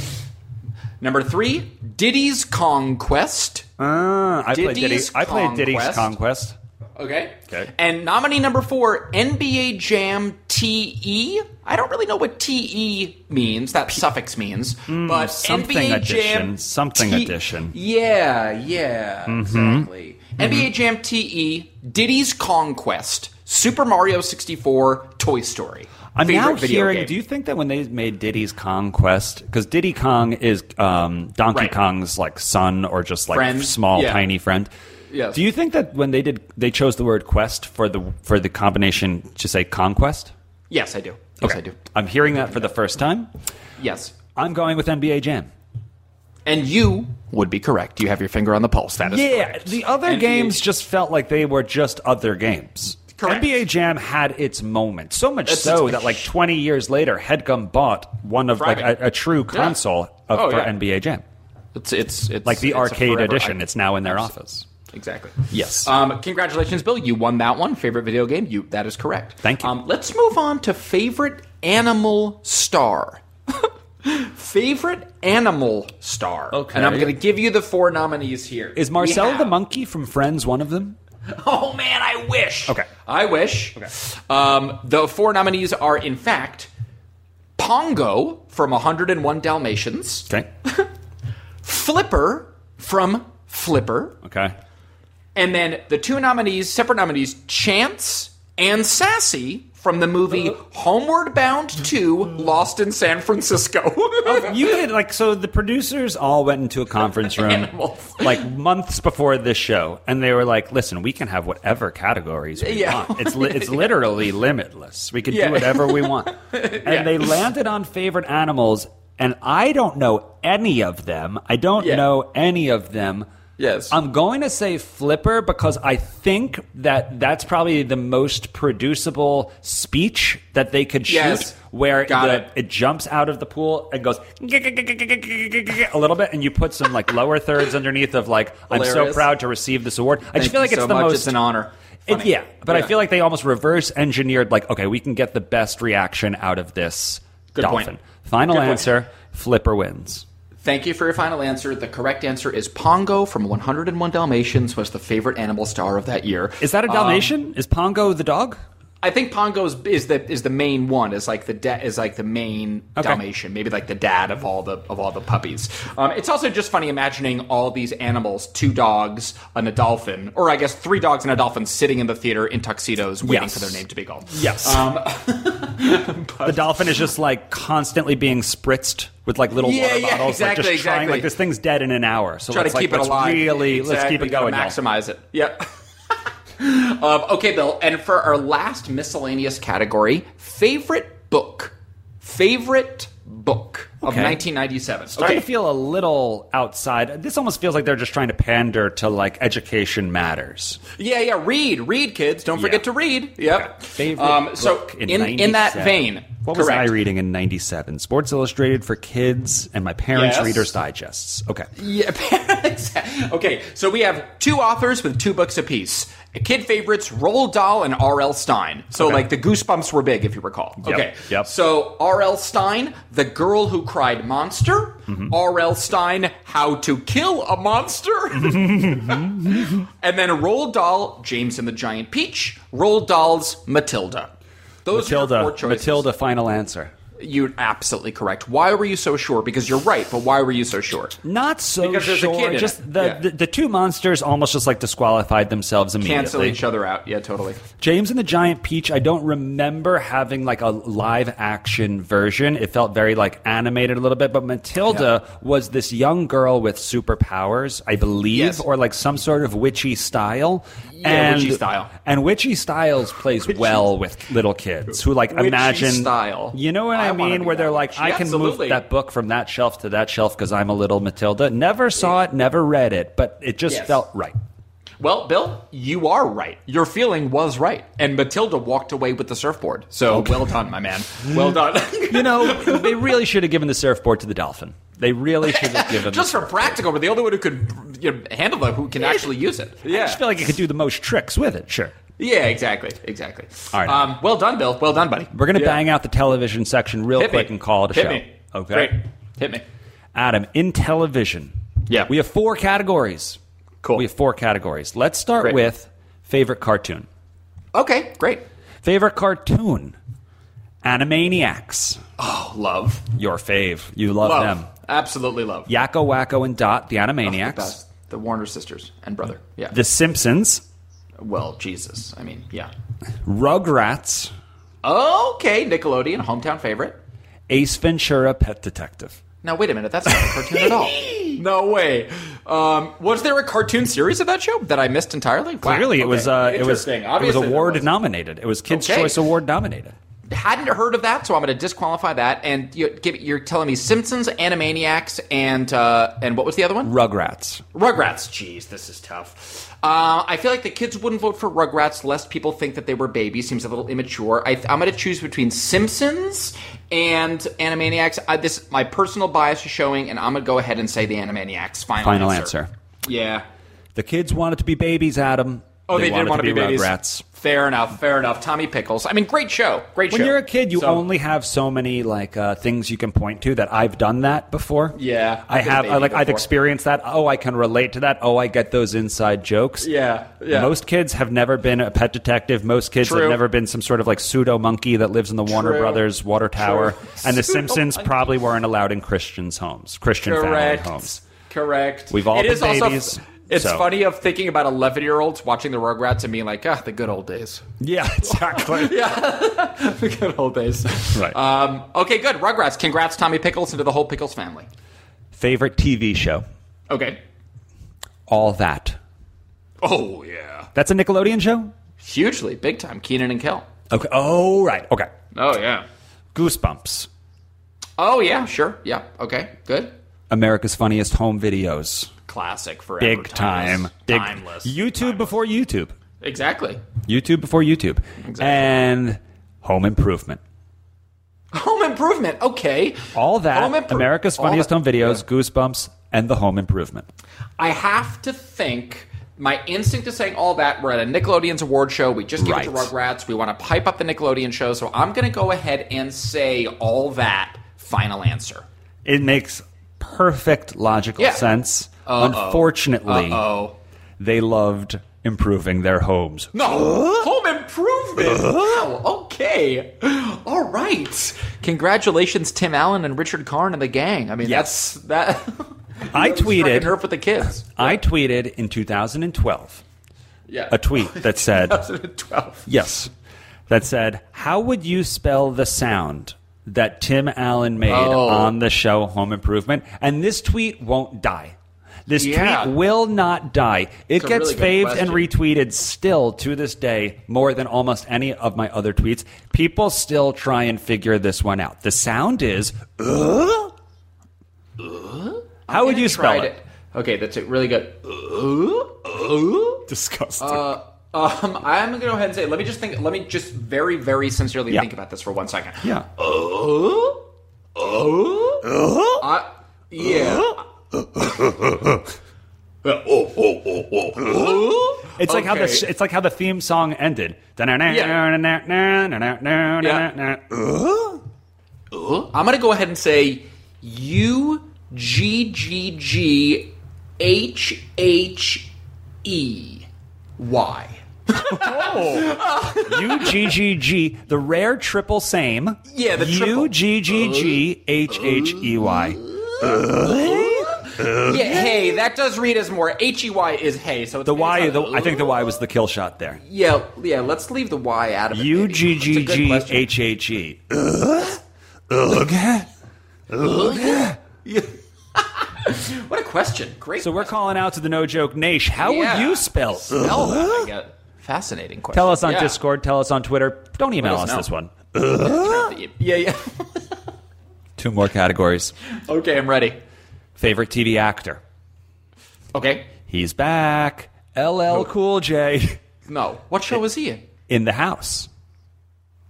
[SPEAKER 2] Number three, Diddy's Conquest.
[SPEAKER 3] Uh, I played Diddy.
[SPEAKER 2] Diddy's
[SPEAKER 3] I played Diddy's
[SPEAKER 2] Conquest.
[SPEAKER 3] Conquest.
[SPEAKER 2] Okay.
[SPEAKER 3] Okay.
[SPEAKER 2] And nominee number four, NBA Jam TE. I don't really know what TE means. That suffix means, but
[SPEAKER 3] Hmm, something
[SPEAKER 2] NBA
[SPEAKER 3] edition,
[SPEAKER 2] Jam E.
[SPEAKER 3] something Mm-hmm. edition.
[SPEAKER 2] Yeah, yeah, exactly. NBA Jam TE, Diddy's Conquest, Super Mario 64, Toy Story.
[SPEAKER 3] I'm
[SPEAKER 2] Favorite
[SPEAKER 3] now
[SPEAKER 2] video
[SPEAKER 3] hearing.
[SPEAKER 2] game.
[SPEAKER 3] Do you think that when they made Diddy's Conquest, because Diddy Kong is um, Donkey
[SPEAKER 2] Right.
[SPEAKER 3] Kong's like son or just like
[SPEAKER 2] Friend,
[SPEAKER 3] small
[SPEAKER 2] yeah.
[SPEAKER 3] tiny friend?
[SPEAKER 2] Yes.
[SPEAKER 3] Do you think that when they did, they chose the word quest for the for the combination to say conquest?
[SPEAKER 2] Yes, I do. Yes, I do.
[SPEAKER 3] I'm hearing that for the first time.
[SPEAKER 2] Yes.
[SPEAKER 3] I'm going with NBA Jam.
[SPEAKER 2] And you would be correct. You have your finger on the pulse. That is
[SPEAKER 3] Yeah,
[SPEAKER 2] correct.
[SPEAKER 3] the other
[SPEAKER 2] NBA
[SPEAKER 3] games just felt like they were just other games.
[SPEAKER 2] Correct.
[SPEAKER 3] NBA Jam had its moment, so much
[SPEAKER 2] It's-
[SPEAKER 3] so
[SPEAKER 2] it's-
[SPEAKER 3] that like 20 years later, Headgum bought one of like
[SPEAKER 2] Thriving.
[SPEAKER 3] a, a true
[SPEAKER 2] Yeah.
[SPEAKER 3] console of,
[SPEAKER 2] Oh,
[SPEAKER 3] for
[SPEAKER 2] yeah.
[SPEAKER 3] NBA Jam,
[SPEAKER 2] It's it's, it's
[SPEAKER 3] like the
[SPEAKER 2] it's a
[SPEAKER 3] arcade
[SPEAKER 2] forever
[SPEAKER 3] edition.
[SPEAKER 2] icon.
[SPEAKER 3] It's now in their office.
[SPEAKER 2] Exactly.
[SPEAKER 3] Yes.
[SPEAKER 2] Um, congratulations, Bill. You won that one. Favorite video game. You that is correct.
[SPEAKER 3] Thank you.
[SPEAKER 2] Um, let's move on to favorite animal star. favorite animal star.
[SPEAKER 3] Okay.
[SPEAKER 2] And I'm going to give you the four nominees here.
[SPEAKER 3] Is Marcel
[SPEAKER 2] We have-
[SPEAKER 3] the monkey from Friends one of them?
[SPEAKER 2] Oh man, I wish.
[SPEAKER 3] Okay.
[SPEAKER 2] I wish. Okay. Um, the four nominees are, in fact, Pongo from 101 Dalmatians,
[SPEAKER 3] Okay,
[SPEAKER 2] Flipper from Flipper.
[SPEAKER 3] okay.
[SPEAKER 2] And then the two nominees, separate nominees, Chance and Sassy from the movie Homeward Bound 2 Lost in San Francisco.
[SPEAKER 3] You could like so the producers all went into a conference room
[SPEAKER 2] Animals.
[SPEAKER 3] like months before this show, and they were like, "Listen, we can have whatever categories we
[SPEAKER 2] Yeah.
[SPEAKER 3] want. It's li- it's literally limitless. We can
[SPEAKER 2] Yeah.
[SPEAKER 3] do whatever we want." And they landed on favorite animals, and I don't know any of them. I don't
[SPEAKER 2] Yeah.
[SPEAKER 3] know any of them.
[SPEAKER 2] Yes.
[SPEAKER 3] I'm going to say Flipper because I think that that's probably the most producible speech that they could shoot.
[SPEAKER 2] Yes.
[SPEAKER 3] Where
[SPEAKER 2] Got
[SPEAKER 3] the,
[SPEAKER 2] it.
[SPEAKER 3] it jumps out of the pool and goes a little bit, and you put some like lower thirds underneath of like I'm so
[SPEAKER 2] Hilarious.
[SPEAKER 3] proud to receive this award. I just feel like
[SPEAKER 2] you
[SPEAKER 3] it's
[SPEAKER 2] so
[SPEAKER 3] the
[SPEAKER 2] much.
[SPEAKER 3] most.
[SPEAKER 2] It's an honor.
[SPEAKER 3] it-
[SPEAKER 2] Funny.
[SPEAKER 3] yeah, but I
[SPEAKER 2] Yeah.
[SPEAKER 3] feel like they almost reverse engineered. Like, okay, we can get the best reaction out of this
[SPEAKER 2] Good point.
[SPEAKER 3] dolphin. Final
[SPEAKER 2] Good point.
[SPEAKER 3] answer: Flipper wins.
[SPEAKER 2] Thank you for your final answer. The correct answer is Pongo from 101 Dalmatians was the favorite animal star of that year.
[SPEAKER 3] Is that a Dalmatian? is Pongo the dog?
[SPEAKER 2] I think Pongo is, is the is the main one. Is like the da- is like the main Dalmatian, maybe like the dad of all the of all the puppies. Um, it's also just funny imagining all these animals: two dogs and a dolphin, or I guess three dogs and a dolphin sitting in the theater in tuxedos, waiting
[SPEAKER 3] Yes.
[SPEAKER 2] for their name to be called.
[SPEAKER 3] Yes.
[SPEAKER 2] Um,
[SPEAKER 3] the dolphin is just like constantly being spritzed with like little
[SPEAKER 2] Yeah,
[SPEAKER 3] water
[SPEAKER 2] yeah,
[SPEAKER 3] bottles,
[SPEAKER 2] exactly,
[SPEAKER 3] like just trying
[SPEAKER 2] exactly.
[SPEAKER 3] like this thing's dead in an hour. So
[SPEAKER 2] try
[SPEAKER 3] let's
[SPEAKER 2] to keep
[SPEAKER 3] like,
[SPEAKER 2] it
[SPEAKER 3] let's
[SPEAKER 2] alive.
[SPEAKER 3] Really, let's keep
[SPEAKER 2] Exactly.
[SPEAKER 3] it going.
[SPEAKER 2] Gotta
[SPEAKER 3] y'all.
[SPEAKER 2] Maximize it. Yep. um, okay, Bill. And for our last miscellaneous category, favorite book. Favorite book of
[SPEAKER 3] Okay.
[SPEAKER 2] 1997.
[SPEAKER 3] starting to feel a little outside. This almost feels like they're just trying to pander to like education matters.
[SPEAKER 2] Yeah, yeah. Read, read, kids. Don't forget
[SPEAKER 3] Yeah.
[SPEAKER 2] to read. Yep.
[SPEAKER 3] Favorite
[SPEAKER 2] Um, so
[SPEAKER 3] book
[SPEAKER 2] in in that
[SPEAKER 3] 97.
[SPEAKER 2] vein,
[SPEAKER 3] What was
[SPEAKER 2] correct.
[SPEAKER 3] I reading in 97? Sports Illustrated for kids and my parents'
[SPEAKER 2] Yes.
[SPEAKER 3] readers' digests. Okay.
[SPEAKER 2] Yeah, okay, so we have two authors with two books apiece. Kid favorites Roald Dahl and R.L. Stein. So,
[SPEAKER 3] Okay.
[SPEAKER 2] like, the goosebumps were big, if you recall. Okay.
[SPEAKER 3] yep.
[SPEAKER 2] So, R.L. Stein, The Girl Who Cried Monster.
[SPEAKER 3] Mm-hmm.
[SPEAKER 2] R.L. Stein, How to Kill a Monster. and then Roald Dahl, James and the Giant Peach. Roald Dahl's Matilda. Those are your four
[SPEAKER 3] Matilda,
[SPEAKER 2] choices.
[SPEAKER 3] Matilda, final answer.
[SPEAKER 2] You're absolutely correct. Why were you so sure? Because you're right, but why were you so sure?
[SPEAKER 3] Not so
[SPEAKER 2] Because there's a
[SPEAKER 3] sure.
[SPEAKER 2] kid in it.
[SPEAKER 3] just the,
[SPEAKER 2] Yeah.
[SPEAKER 3] the the two monsters almost just like disqualified themselves immediately.
[SPEAKER 2] Cancel each other out. Yeah, totally.
[SPEAKER 3] James and the Giant Peach, I don't remember having like a live action version. It felt very like animated a little bit, but Matilda was this young girl with superpowers, I believe,
[SPEAKER 2] Yes.
[SPEAKER 3] or like some sort of witchy style.
[SPEAKER 2] Yeah, witchy style.
[SPEAKER 3] And witchy styles plays well with little kids who like
[SPEAKER 2] Witchy
[SPEAKER 3] imagine
[SPEAKER 2] style.
[SPEAKER 3] You know what
[SPEAKER 2] I
[SPEAKER 3] I,
[SPEAKER 2] wanna
[SPEAKER 3] mean?
[SPEAKER 2] be
[SPEAKER 3] Where
[SPEAKER 2] that
[SPEAKER 3] they're like,
[SPEAKER 2] witchy.
[SPEAKER 3] I can
[SPEAKER 2] Absolutely.
[SPEAKER 3] move that book from that shelf to that shelf because I'm a little Matilda. Never saw it, never read it, but it just
[SPEAKER 2] Yes.
[SPEAKER 3] felt right.
[SPEAKER 2] Well, Bill, you are right. Your feeling was right. And Matilda walked away with the surfboard. So well done, my man. Well done.
[SPEAKER 3] You know, they really should have given the surfboard to the dolphin. They really should have given.
[SPEAKER 2] Just
[SPEAKER 3] the
[SPEAKER 2] for practical, but the only one who could you know, handle that, who can actually use it.
[SPEAKER 3] I
[SPEAKER 2] Yeah.
[SPEAKER 3] just feel like it could do the most tricks with it. Sure.
[SPEAKER 2] yeah, exactly. Exactly.
[SPEAKER 3] All right.
[SPEAKER 2] Um, well done, Bill. Well done, buddy.
[SPEAKER 3] We're gonna
[SPEAKER 2] Yeah.
[SPEAKER 3] bang out the television section real
[SPEAKER 2] Hit me.
[SPEAKER 3] quick and call it a
[SPEAKER 2] Hit
[SPEAKER 3] show.
[SPEAKER 2] Me.
[SPEAKER 3] Okay.
[SPEAKER 2] Great. Hit me.
[SPEAKER 3] Adam, in television.
[SPEAKER 2] Yeah.
[SPEAKER 3] We have four categories.
[SPEAKER 2] Cool.
[SPEAKER 3] We have four categories. Let's start
[SPEAKER 2] Great.
[SPEAKER 3] with favorite cartoon.
[SPEAKER 2] Okay, great.
[SPEAKER 3] Favorite cartoon. Animaniacs.
[SPEAKER 2] Oh, love.
[SPEAKER 3] Your fave. You love,
[SPEAKER 2] Love.
[SPEAKER 3] them.
[SPEAKER 2] Absolutely love.
[SPEAKER 3] Yakko, Wacko, and Dot, the
[SPEAKER 2] The
[SPEAKER 3] Animaniacs.
[SPEAKER 2] best. The Warner sisters and brother. Yeah.
[SPEAKER 3] the Simpsons.
[SPEAKER 2] well, Jesus. I mean, yeah.
[SPEAKER 3] Rugrats.
[SPEAKER 2] Okay, Nickelodeon, hometown favorite.
[SPEAKER 3] Ace Ventura, Pet Detective.
[SPEAKER 2] Now wait a minute, that's not a cartoon at all. No way. Um, was there a cartoon series of that show that I missed entirely? Wow,
[SPEAKER 3] Clearly, it
[SPEAKER 2] okay.
[SPEAKER 3] was uh, it was
[SPEAKER 2] Interesting.
[SPEAKER 3] it was
[SPEAKER 2] Obviously there
[SPEAKER 3] award
[SPEAKER 2] was.
[SPEAKER 3] nominated. It was Kids
[SPEAKER 2] Okay.
[SPEAKER 3] Choice Award nominated.
[SPEAKER 2] Hadn't heard of that, so I'm going to disqualify that. And you, give, you're telling me Simpsons, Animaniacs, and uh, and what was the other one?
[SPEAKER 3] Rugrats.
[SPEAKER 2] Rugrats. Jeez, this is tough. Uh, I feel like the kids wouldn't vote for Rugrats lest people think that they were babies. Seems a little immature. I, I'm going to choose between Simpsons and Animaniacs. I, this my personal bias is showing, and I'm going to go ahead and say the Animaniacs. Final,
[SPEAKER 3] Final
[SPEAKER 2] answer.
[SPEAKER 3] answer.
[SPEAKER 2] Yeah.
[SPEAKER 3] The kids wanted to be babies, Adam.
[SPEAKER 2] Oh, they, did
[SPEAKER 3] wanted
[SPEAKER 2] want to be, babies.
[SPEAKER 3] Rugrats.
[SPEAKER 2] Fair enough. Fair enough. Tommy Pickles. I mean, great show. Great show.
[SPEAKER 3] When you're a kid, you
[SPEAKER 2] So-
[SPEAKER 3] only have so many like uh, things you can point to. That I've done that before.
[SPEAKER 2] Yeah,
[SPEAKER 3] I
[SPEAKER 2] I've been a
[SPEAKER 3] have. I,
[SPEAKER 2] baby
[SPEAKER 3] like I've
[SPEAKER 2] before.
[SPEAKER 3] experienced that. Oh, I can relate to that. Oh, I get those inside jokes.
[SPEAKER 2] Yeah. Yeah.
[SPEAKER 3] Most kids have never been a pet detective. Most kids
[SPEAKER 2] True.
[SPEAKER 3] have never been some sort of like pseudo monkey that lives in the Warner
[SPEAKER 2] True.
[SPEAKER 3] Brothers water tower.
[SPEAKER 2] True.
[SPEAKER 3] And the
[SPEAKER 2] Pseudo
[SPEAKER 3] Simpsons
[SPEAKER 2] monkey.
[SPEAKER 3] probably weren't allowed in Christians' homes, Christian
[SPEAKER 2] correct.
[SPEAKER 3] family homes.
[SPEAKER 2] Correct.
[SPEAKER 3] We've all
[SPEAKER 2] It
[SPEAKER 3] been
[SPEAKER 2] is also-
[SPEAKER 3] babies,
[SPEAKER 2] it's
[SPEAKER 3] so.
[SPEAKER 2] funny of thinking about 11 year olds watching the Rugrats and being like, ah, the good old days.
[SPEAKER 3] Yeah, exactly.
[SPEAKER 2] the good old days.
[SPEAKER 3] Right.
[SPEAKER 2] Um, okay, good. Rugrats. Congrats, Tommy Pickles, and to the whole Pickles family.
[SPEAKER 3] Favorite TV show?
[SPEAKER 2] Okay.
[SPEAKER 3] All that.
[SPEAKER 2] Oh, yeah.
[SPEAKER 3] That's a Nickelodeon show.
[SPEAKER 2] Hugely. Big time. Keenan and Kel.
[SPEAKER 3] Okay. Oh right. Okay.
[SPEAKER 2] Oh, yeah.
[SPEAKER 3] Goosebumps.
[SPEAKER 2] Oh, yeah. Sure. Yeah. Okay. Good.
[SPEAKER 3] America's Funniest Home Videos.
[SPEAKER 2] Classic forever.
[SPEAKER 3] Big
[SPEAKER 2] timeless,
[SPEAKER 3] time. Big
[SPEAKER 2] Timeless.
[SPEAKER 3] YouTube before YouTube.
[SPEAKER 2] Exactly.
[SPEAKER 3] YouTube before YouTube. And Home Improvement.
[SPEAKER 2] Home Improvement. Okay.
[SPEAKER 3] All that.
[SPEAKER 2] Home Impro-
[SPEAKER 3] America's
[SPEAKER 2] all
[SPEAKER 3] Funniest
[SPEAKER 2] that-
[SPEAKER 3] Home Videos, Goosebumps, and the Home Improvement.
[SPEAKER 2] I have to think. My instinct is saying all that. We're at a Nickelodeon's award show. We just gave it to
[SPEAKER 3] Right.
[SPEAKER 2] Rugrats. We want to pipe up the Nickelodeon show. So I'm going to go ahead and say all that. Final answer.
[SPEAKER 3] It makes perfect logical
[SPEAKER 2] Yeah.
[SPEAKER 3] sense. Unfortunately,
[SPEAKER 2] Oh.
[SPEAKER 3] they loved improving their homes.
[SPEAKER 2] No.
[SPEAKER 3] Uh?
[SPEAKER 2] Home improvement. Wow. Okay. All right. Congratulations, Tim Allen and Richard Karn and the gang. I mean,
[SPEAKER 3] Yes.
[SPEAKER 2] that's that.
[SPEAKER 3] I
[SPEAKER 2] that was frickin'
[SPEAKER 3] tweeted.
[SPEAKER 2] Herp with the kids.
[SPEAKER 3] I tweeted in 2012
[SPEAKER 2] Yeah.
[SPEAKER 3] a tweet that said,
[SPEAKER 2] 2012.
[SPEAKER 3] "Yes," that said, "How would you spell the sound that Tim Allen made
[SPEAKER 2] Oh.
[SPEAKER 3] on the show Home Improvement?" And this tweet won't die. This
[SPEAKER 2] Yeah.
[SPEAKER 3] tweet will not die. It
[SPEAKER 2] a
[SPEAKER 3] gets
[SPEAKER 2] really good
[SPEAKER 3] faved and retweeted still to this day more than almost any of my other tweets. People still try and figure this one out. The sound is. Uh? How would you spell
[SPEAKER 2] Tried
[SPEAKER 3] it?
[SPEAKER 2] it. Okay, that's it. Really good. Uh, uh.
[SPEAKER 3] Disgusting.
[SPEAKER 2] Um, I'm gonna go ahead and say. Let me just think. Let me just very, very sincerely
[SPEAKER 3] Yeah.
[SPEAKER 2] think about this for one second.
[SPEAKER 3] yeah.
[SPEAKER 2] Oh, oh,
[SPEAKER 3] Uh?
[SPEAKER 2] I, yeah. Uh, oh, oh, oh, oh, oh.
[SPEAKER 3] It's like how the
[SPEAKER 2] Okay.
[SPEAKER 3] sh- it's like how the theme song ended.
[SPEAKER 2] I'm gonna go ahead and say U G G G H H E Y.
[SPEAKER 3] U G G G, the rare triple same.
[SPEAKER 2] Yeah, the triple.
[SPEAKER 3] U G G G H H E Y.
[SPEAKER 2] Yeah, hey, that does read as more. H E Y is hey, so it's
[SPEAKER 3] The Y, the, I think the Y was the kill shot there.
[SPEAKER 2] Yeah, yeah. Let's leave the Y out of it.
[SPEAKER 3] U
[SPEAKER 2] maybe.
[SPEAKER 3] G
[SPEAKER 2] It's a
[SPEAKER 3] G
[SPEAKER 2] good
[SPEAKER 3] G
[SPEAKER 2] question.
[SPEAKER 3] H H E.
[SPEAKER 2] What a question! Great.
[SPEAKER 3] So we're calling out to the No Joke Nash. How
[SPEAKER 2] Yeah.
[SPEAKER 3] would you spell?
[SPEAKER 2] Spell that, I get. Fascinating question.
[SPEAKER 3] Tell us on
[SPEAKER 2] Yeah.
[SPEAKER 3] Discord. Tell us on Twitter. Don't email
[SPEAKER 2] Let us
[SPEAKER 3] us
[SPEAKER 2] know.
[SPEAKER 3] this one.
[SPEAKER 2] Yeah, yeah.
[SPEAKER 3] Two more categories.
[SPEAKER 2] okay, I'm ready.
[SPEAKER 3] Favorite TV actor.
[SPEAKER 2] Okay.
[SPEAKER 3] He's back. LL Cool J
[SPEAKER 2] No. What show was he in?
[SPEAKER 3] in the house.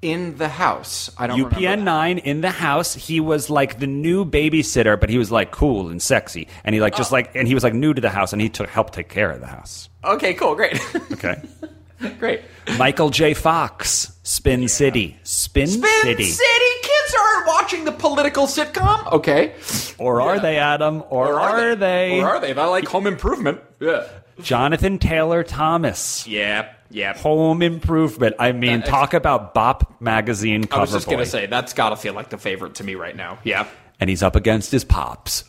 [SPEAKER 2] In the house. I don't
[SPEAKER 3] UPN
[SPEAKER 2] remember.
[SPEAKER 3] 9 in the house. He was like the new babysitter, but he was like cool and sexy. And he like
[SPEAKER 2] Oh.
[SPEAKER 3] just like and he was like new to the house and he took helped take care of the house.
[SPEAKER 2] Okay, cool. Great.
[SPEAKER 3] Okay.
[SPEAKER 2] great.
[SPEAKER 3] Michael J. Fox, Spin City. Spin,
[SPEAKER 2] Spin City.
[SPEAKER 3] City.
[SPEAKER 2] Kids are watching the political sitcom. Okay.
[SPEAKER 3] Or are they Adam? Or, are, they?
[SPEAKER 2] Or are they? I like Home Improvement. Yeah.
[SPEAKER 3] Jonathan Taylor Thomas.
[SPEAKER 2] Yeah. Yeah.
[SPEAKER 3] Home improvement. I mean, talk about Bop magazine cover
[SPEAKER 2] I was just
[SPEAKER 3] boy.
[SPEAKER 2] gonna say that's gotta feel like the favorite to me right now. Yeah.
[SPEAKER 3] And he's up against his pops.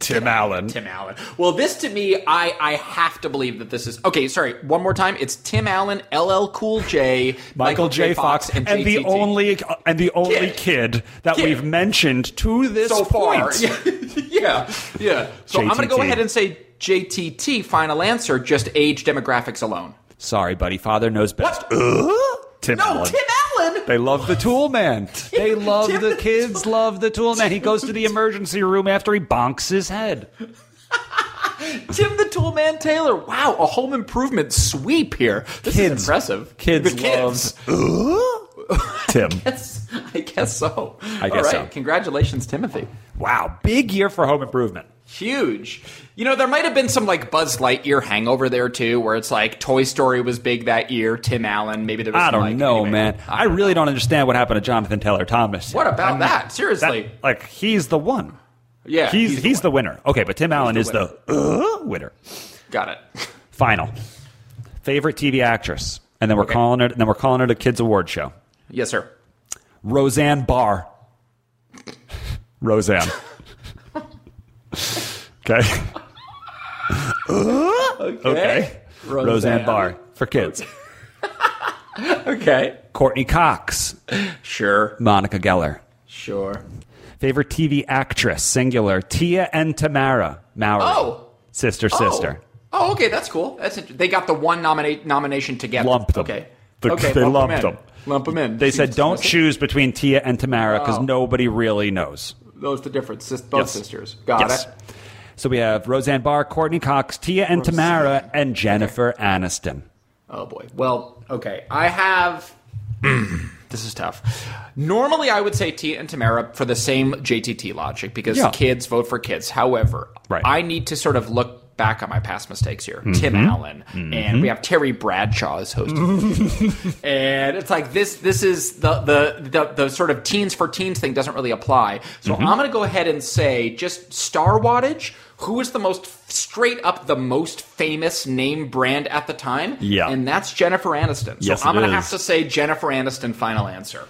[SPEAKER 3] Tim Allen.
[SPEAKER 2] Tim Allen. Well, this to me, I I have to believe that this is okay. Sorry, one more time. It's Tim Allen, LL Cool J,
[SPEAKER 3] Michael J. Fox, and, the
[SPEAKER 2] JTT.
[SPEAKER 3] only and the only
[SPEAKER 2] Kid.
[SPEAKER 3] kid, that
[SPEAKER 2] Kid.
[SPEAKER 3] we've mentioned to this
[SPEAKER 2] so far.
[SPEAKER 3] point.
[SPEAKER 2] Yeah, yeah. yeah. So I'm going to go
[SPEAKER 3] JTT.
[SPEAKER 2] ahead and say JTT. Final answer, just age demographics alone.
[SPEAKER 3] Sorry, buddy. Father knows best.
[SPEAKER 2] What?
[SPEAKER 3] Tim
[SPEAKER 2] uh? no,
[SPEAKER 3] Allen.
[SPEAKER 2] Tim Allen.
[SPEAKER 3] They love the tool man. They love
[SPEAKER 2] Tim
[SPEAKER 3] the
[SPEAKER 2] the
[SPEAKER 3] kids. Love the tool man. He goes to the emergency room after he bonks his head.
[SPEAKER 2] Tim the Toolman Taylor. Wow, a home improvement sweep here. This is
[SPEAKER 3] Kids.
[SPEAKER 2] impressive.
[SPEAKER 3] Kids,
[SPEAKER 2] The Uh?
[SPEAKER 3] love Tim.
[SPEAKER 2] Yes, I guess so. I
[SPEAKER 3] guess so.
[SPEAKER 2] Congratulations, Timothy.
[SPEAKER 3] Wow, big year for home improvement.
[SPEAKER 2] Huge. You know, there might have been some like Buzz Lightyear hangover there too, where it's like Toy Story was big that year. Tim Allen, maybe there was.
[SPEAKER 3] I
[SPEAKER 2] some,
[SPEAKER 3] don't
[SPEAKER 2] like-
[SPEAKER 3] know,
[SPEAKER 2] anyway.
[SPEAKER 3] man. Um, I really don't understand what happened to Jonathan Taylor Thomas.
[SPEAKER 2] What about
[SPEAKER 3] I'm-
[SPEAKER 2] that? Seriously,
[SPEAKER 3] Like he's the one.
[SPEAKER 2] yeah,
[SPEAKER 3] He's
[SPEAKER 2] he's
[SPEAKER 3] he's, the, winner. Okay, but Tim Allen is the uh, winner.
[SPEAKER 2] got it.
[SPEAKER 3] Final. Favorite TV actress. And then we're calling it and then we're calling it a kids award show.
[SPEAKER 2] Yes, sir.
[SPEAKER 3] Roseanne Barr. Roseanne. okay. okay. Roseanne, Barr for kids.
[SPEAKER 2] Okay.
[SPEAKER 3] Courtney Cox,
[SPEAKER 2] Sure.
[SPEAKER 3] Monica Geller.
[SPEAKER 2] Sure.
[SPEAKER 3] Favorite TV actress, singular, Tia and Tamara Mowry.
[SPEAKER 2] Oh.
[SPEAKER 3] Sister, sister.
[SPEAKER 2] Oh, okay. That's cool. That's inter- they got the one nomina- nomination together.
[SPEAKER 3] Lumped them.
[SPEAKER 2] Okay.
[SPEAKER 3] The-
[SPEAKER 2] okay.
[SPEAKER 3] they
[SPEAKER 2] lump
[SPEAKER 3] lumped
[SPEAKER 2] in.
[SPEAKER 3] them.
[SPEAKER 2] Lump them in.
[SPEAKER 3] They said
[SPEAKER 2] Seems
[SPEAKER 3] don't
[SPEAKER 2] dismissive.
[SPEAKER 3] choose between Tia and Tamara because nobody really knows.
[SPEAKER 2] Those the difference. Sis- both
[SPEAKER 3] Yes.
[SPEAKER 2] sisters. Got
[SPEAKER 3] Yes.
[SPEAKER 2] it.
[SPEAKER 3] So we have Roseanne Barr, Courtney Cox, Tia and Tamara, and Jennifer Aniston.
[SPEAKER 2] Oh boy. Well, okay. I have. this is tough. Normally, I would say T and Tamara for the same JTT logic because
[SPEAKER 3] Yeah.
[SPEAKER 2] kids vote for kids. However,
[SPEAKER 3] Right. Mm-hmm.
[SPEAKER 2] I need to sort of look back on my past mistakes here. Tim Allen, and we have Terry Bradshaw as host, and it's like this. This is the, the the the sort of teens for teens thing doesn't really apply. So
[SPEAKER 3] Mm-hmm.
[SPEAKER 2] I'm going to go ahead and say just star wattage. Who is the most straight up the most famous name brand at the time?
[SPEAKER 3] Yeah.
[SPEAKER 2] and that's Jennifer Aniston. So
[SPEAKER 3] Yes, it
[SPEAKER 2] I'm going to have
[SPEAKER 3] is.
[SPEAKER 2] to say Jennifer Aniston. Final answer.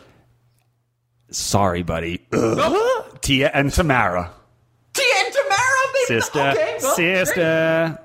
[SPEAKER 3] Sorry, buddy.
[SPEAKER 2] Oh.
[SPEAKER 3] Ugh. Tia and Tamara.
[SPEAKER 2] Tia and Tamara, baby.
[SPEAKER 3] Sister.
[SPEAKER 2] Okay, well,
[SPEAKER 3] sister.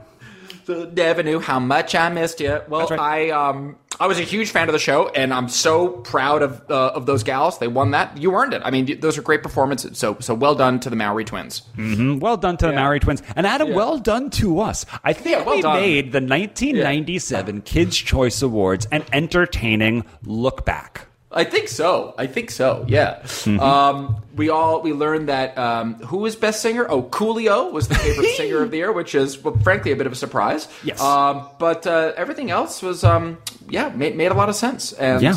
[SPEAKER 2] Never knew how much I missed you. Well,
[SPEAKER 3] That's
[SPEAKER 2] I
[SPEAKER 3] right.
[SPEAKER 2] um I was a huge fan of the show, and I'm so proud of uh, of those gals. They won that. You earned it. I mean, those are great performances. So so well done to the Maori twins.
[SPEAKER 3] Mm, Well done to the Maori twins. And Adam, well done to us. I think
[SPEAKER 2] Yeah, well
[SPEAKER 3] we
[SPEAKER 2] done.
[SPEAKER 3] made the 1997 Kids' Choice Awards an entertaining look back.
[SPEAKER 2] I think so. I think so. Yeah.
[SPEAKER 3] Mm-hmm.
[SPEAKER 2] Um, we all we learned that um, who was best singer? Oh, Coolio was the favorite singer of the year, which is well, frankly a bit of a surprise.
[SPEAKER 3] Yes.
[SPEAKER 2] Um, but uh, everything else was um, yeah made, made a lot of sense, and
[SPEAKER 3] Yeah.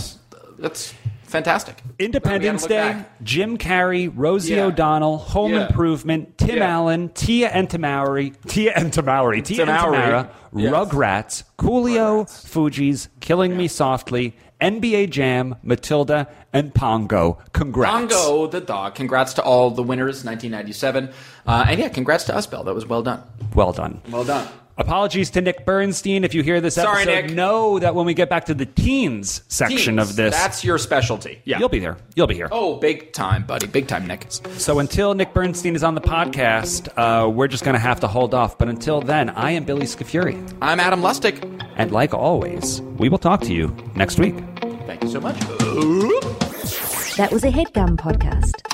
[SPEAKER 2] that's fantastic.
[SPEAKER 3] Independence
[SPEAKER 2] We gotta look
[SPEAKER 3] Day,
[SPEAKER 2] back.
[SPEAKER 3] Jim Carrey, Rosie
[SPEAKER 2] Yeah.
[SPEAKER 3] O'Donnell, Home
[SPEAKER 2] Yeah.
[SPEAKER 3] Improvement, Tim
[SPEAKER 2] Yeah.
[SPEAKER 3] Allen, Tia and Tamari, Tia and Tamari, Tia and
[SPEAKER 2] Tamari.
[SPEAKER 3] Tamara,
[SPEAKER 2] Yes.
[SPEAKER 3] Rugrats, Coolio, Fuji's, Killing Me Softly, NBA Jam, Matilda, and Pongo. Congrats.
[SPEAKER 2] Bongo the dog. Congrats to all the winners, 1997. Uh, and yeah, congrats to us, Bell. That was well done.
[SPEAKER 3] Well done.
[SPEAKER 2] Well done.
[SPEAKER 3] Apologies to Nick Bernstein if you hear this
[SPEAKER 2] Sorry,
[SPEAKER 3] episode.
[SPEAKER 2] Nick.
[SPEAKER 3] Know that when we get back to the teens section
[SPEAKER 2] Teens,
[SPEAKER 3] of this,
[SPEAKER 2] That's your specialty. Yeah.
[SPEAKER 3] you'll be there. You'll be here.
[SPEAKER 2] Oh, big time, buddy. Big time, Nick.
[SPEAKER 3] So until Nick Bernstein is on the podcast, uh, we're just going to have to hold off. But until then, I am Billy Scafuri.
[SPEAKER 2] I'm Adam Lustig.
[SPEAKER 3] And like always, we will talk to you next week.
[SPEAKER 2] Thank you so much.
[SPEAKER 1] That was a headgum podcast.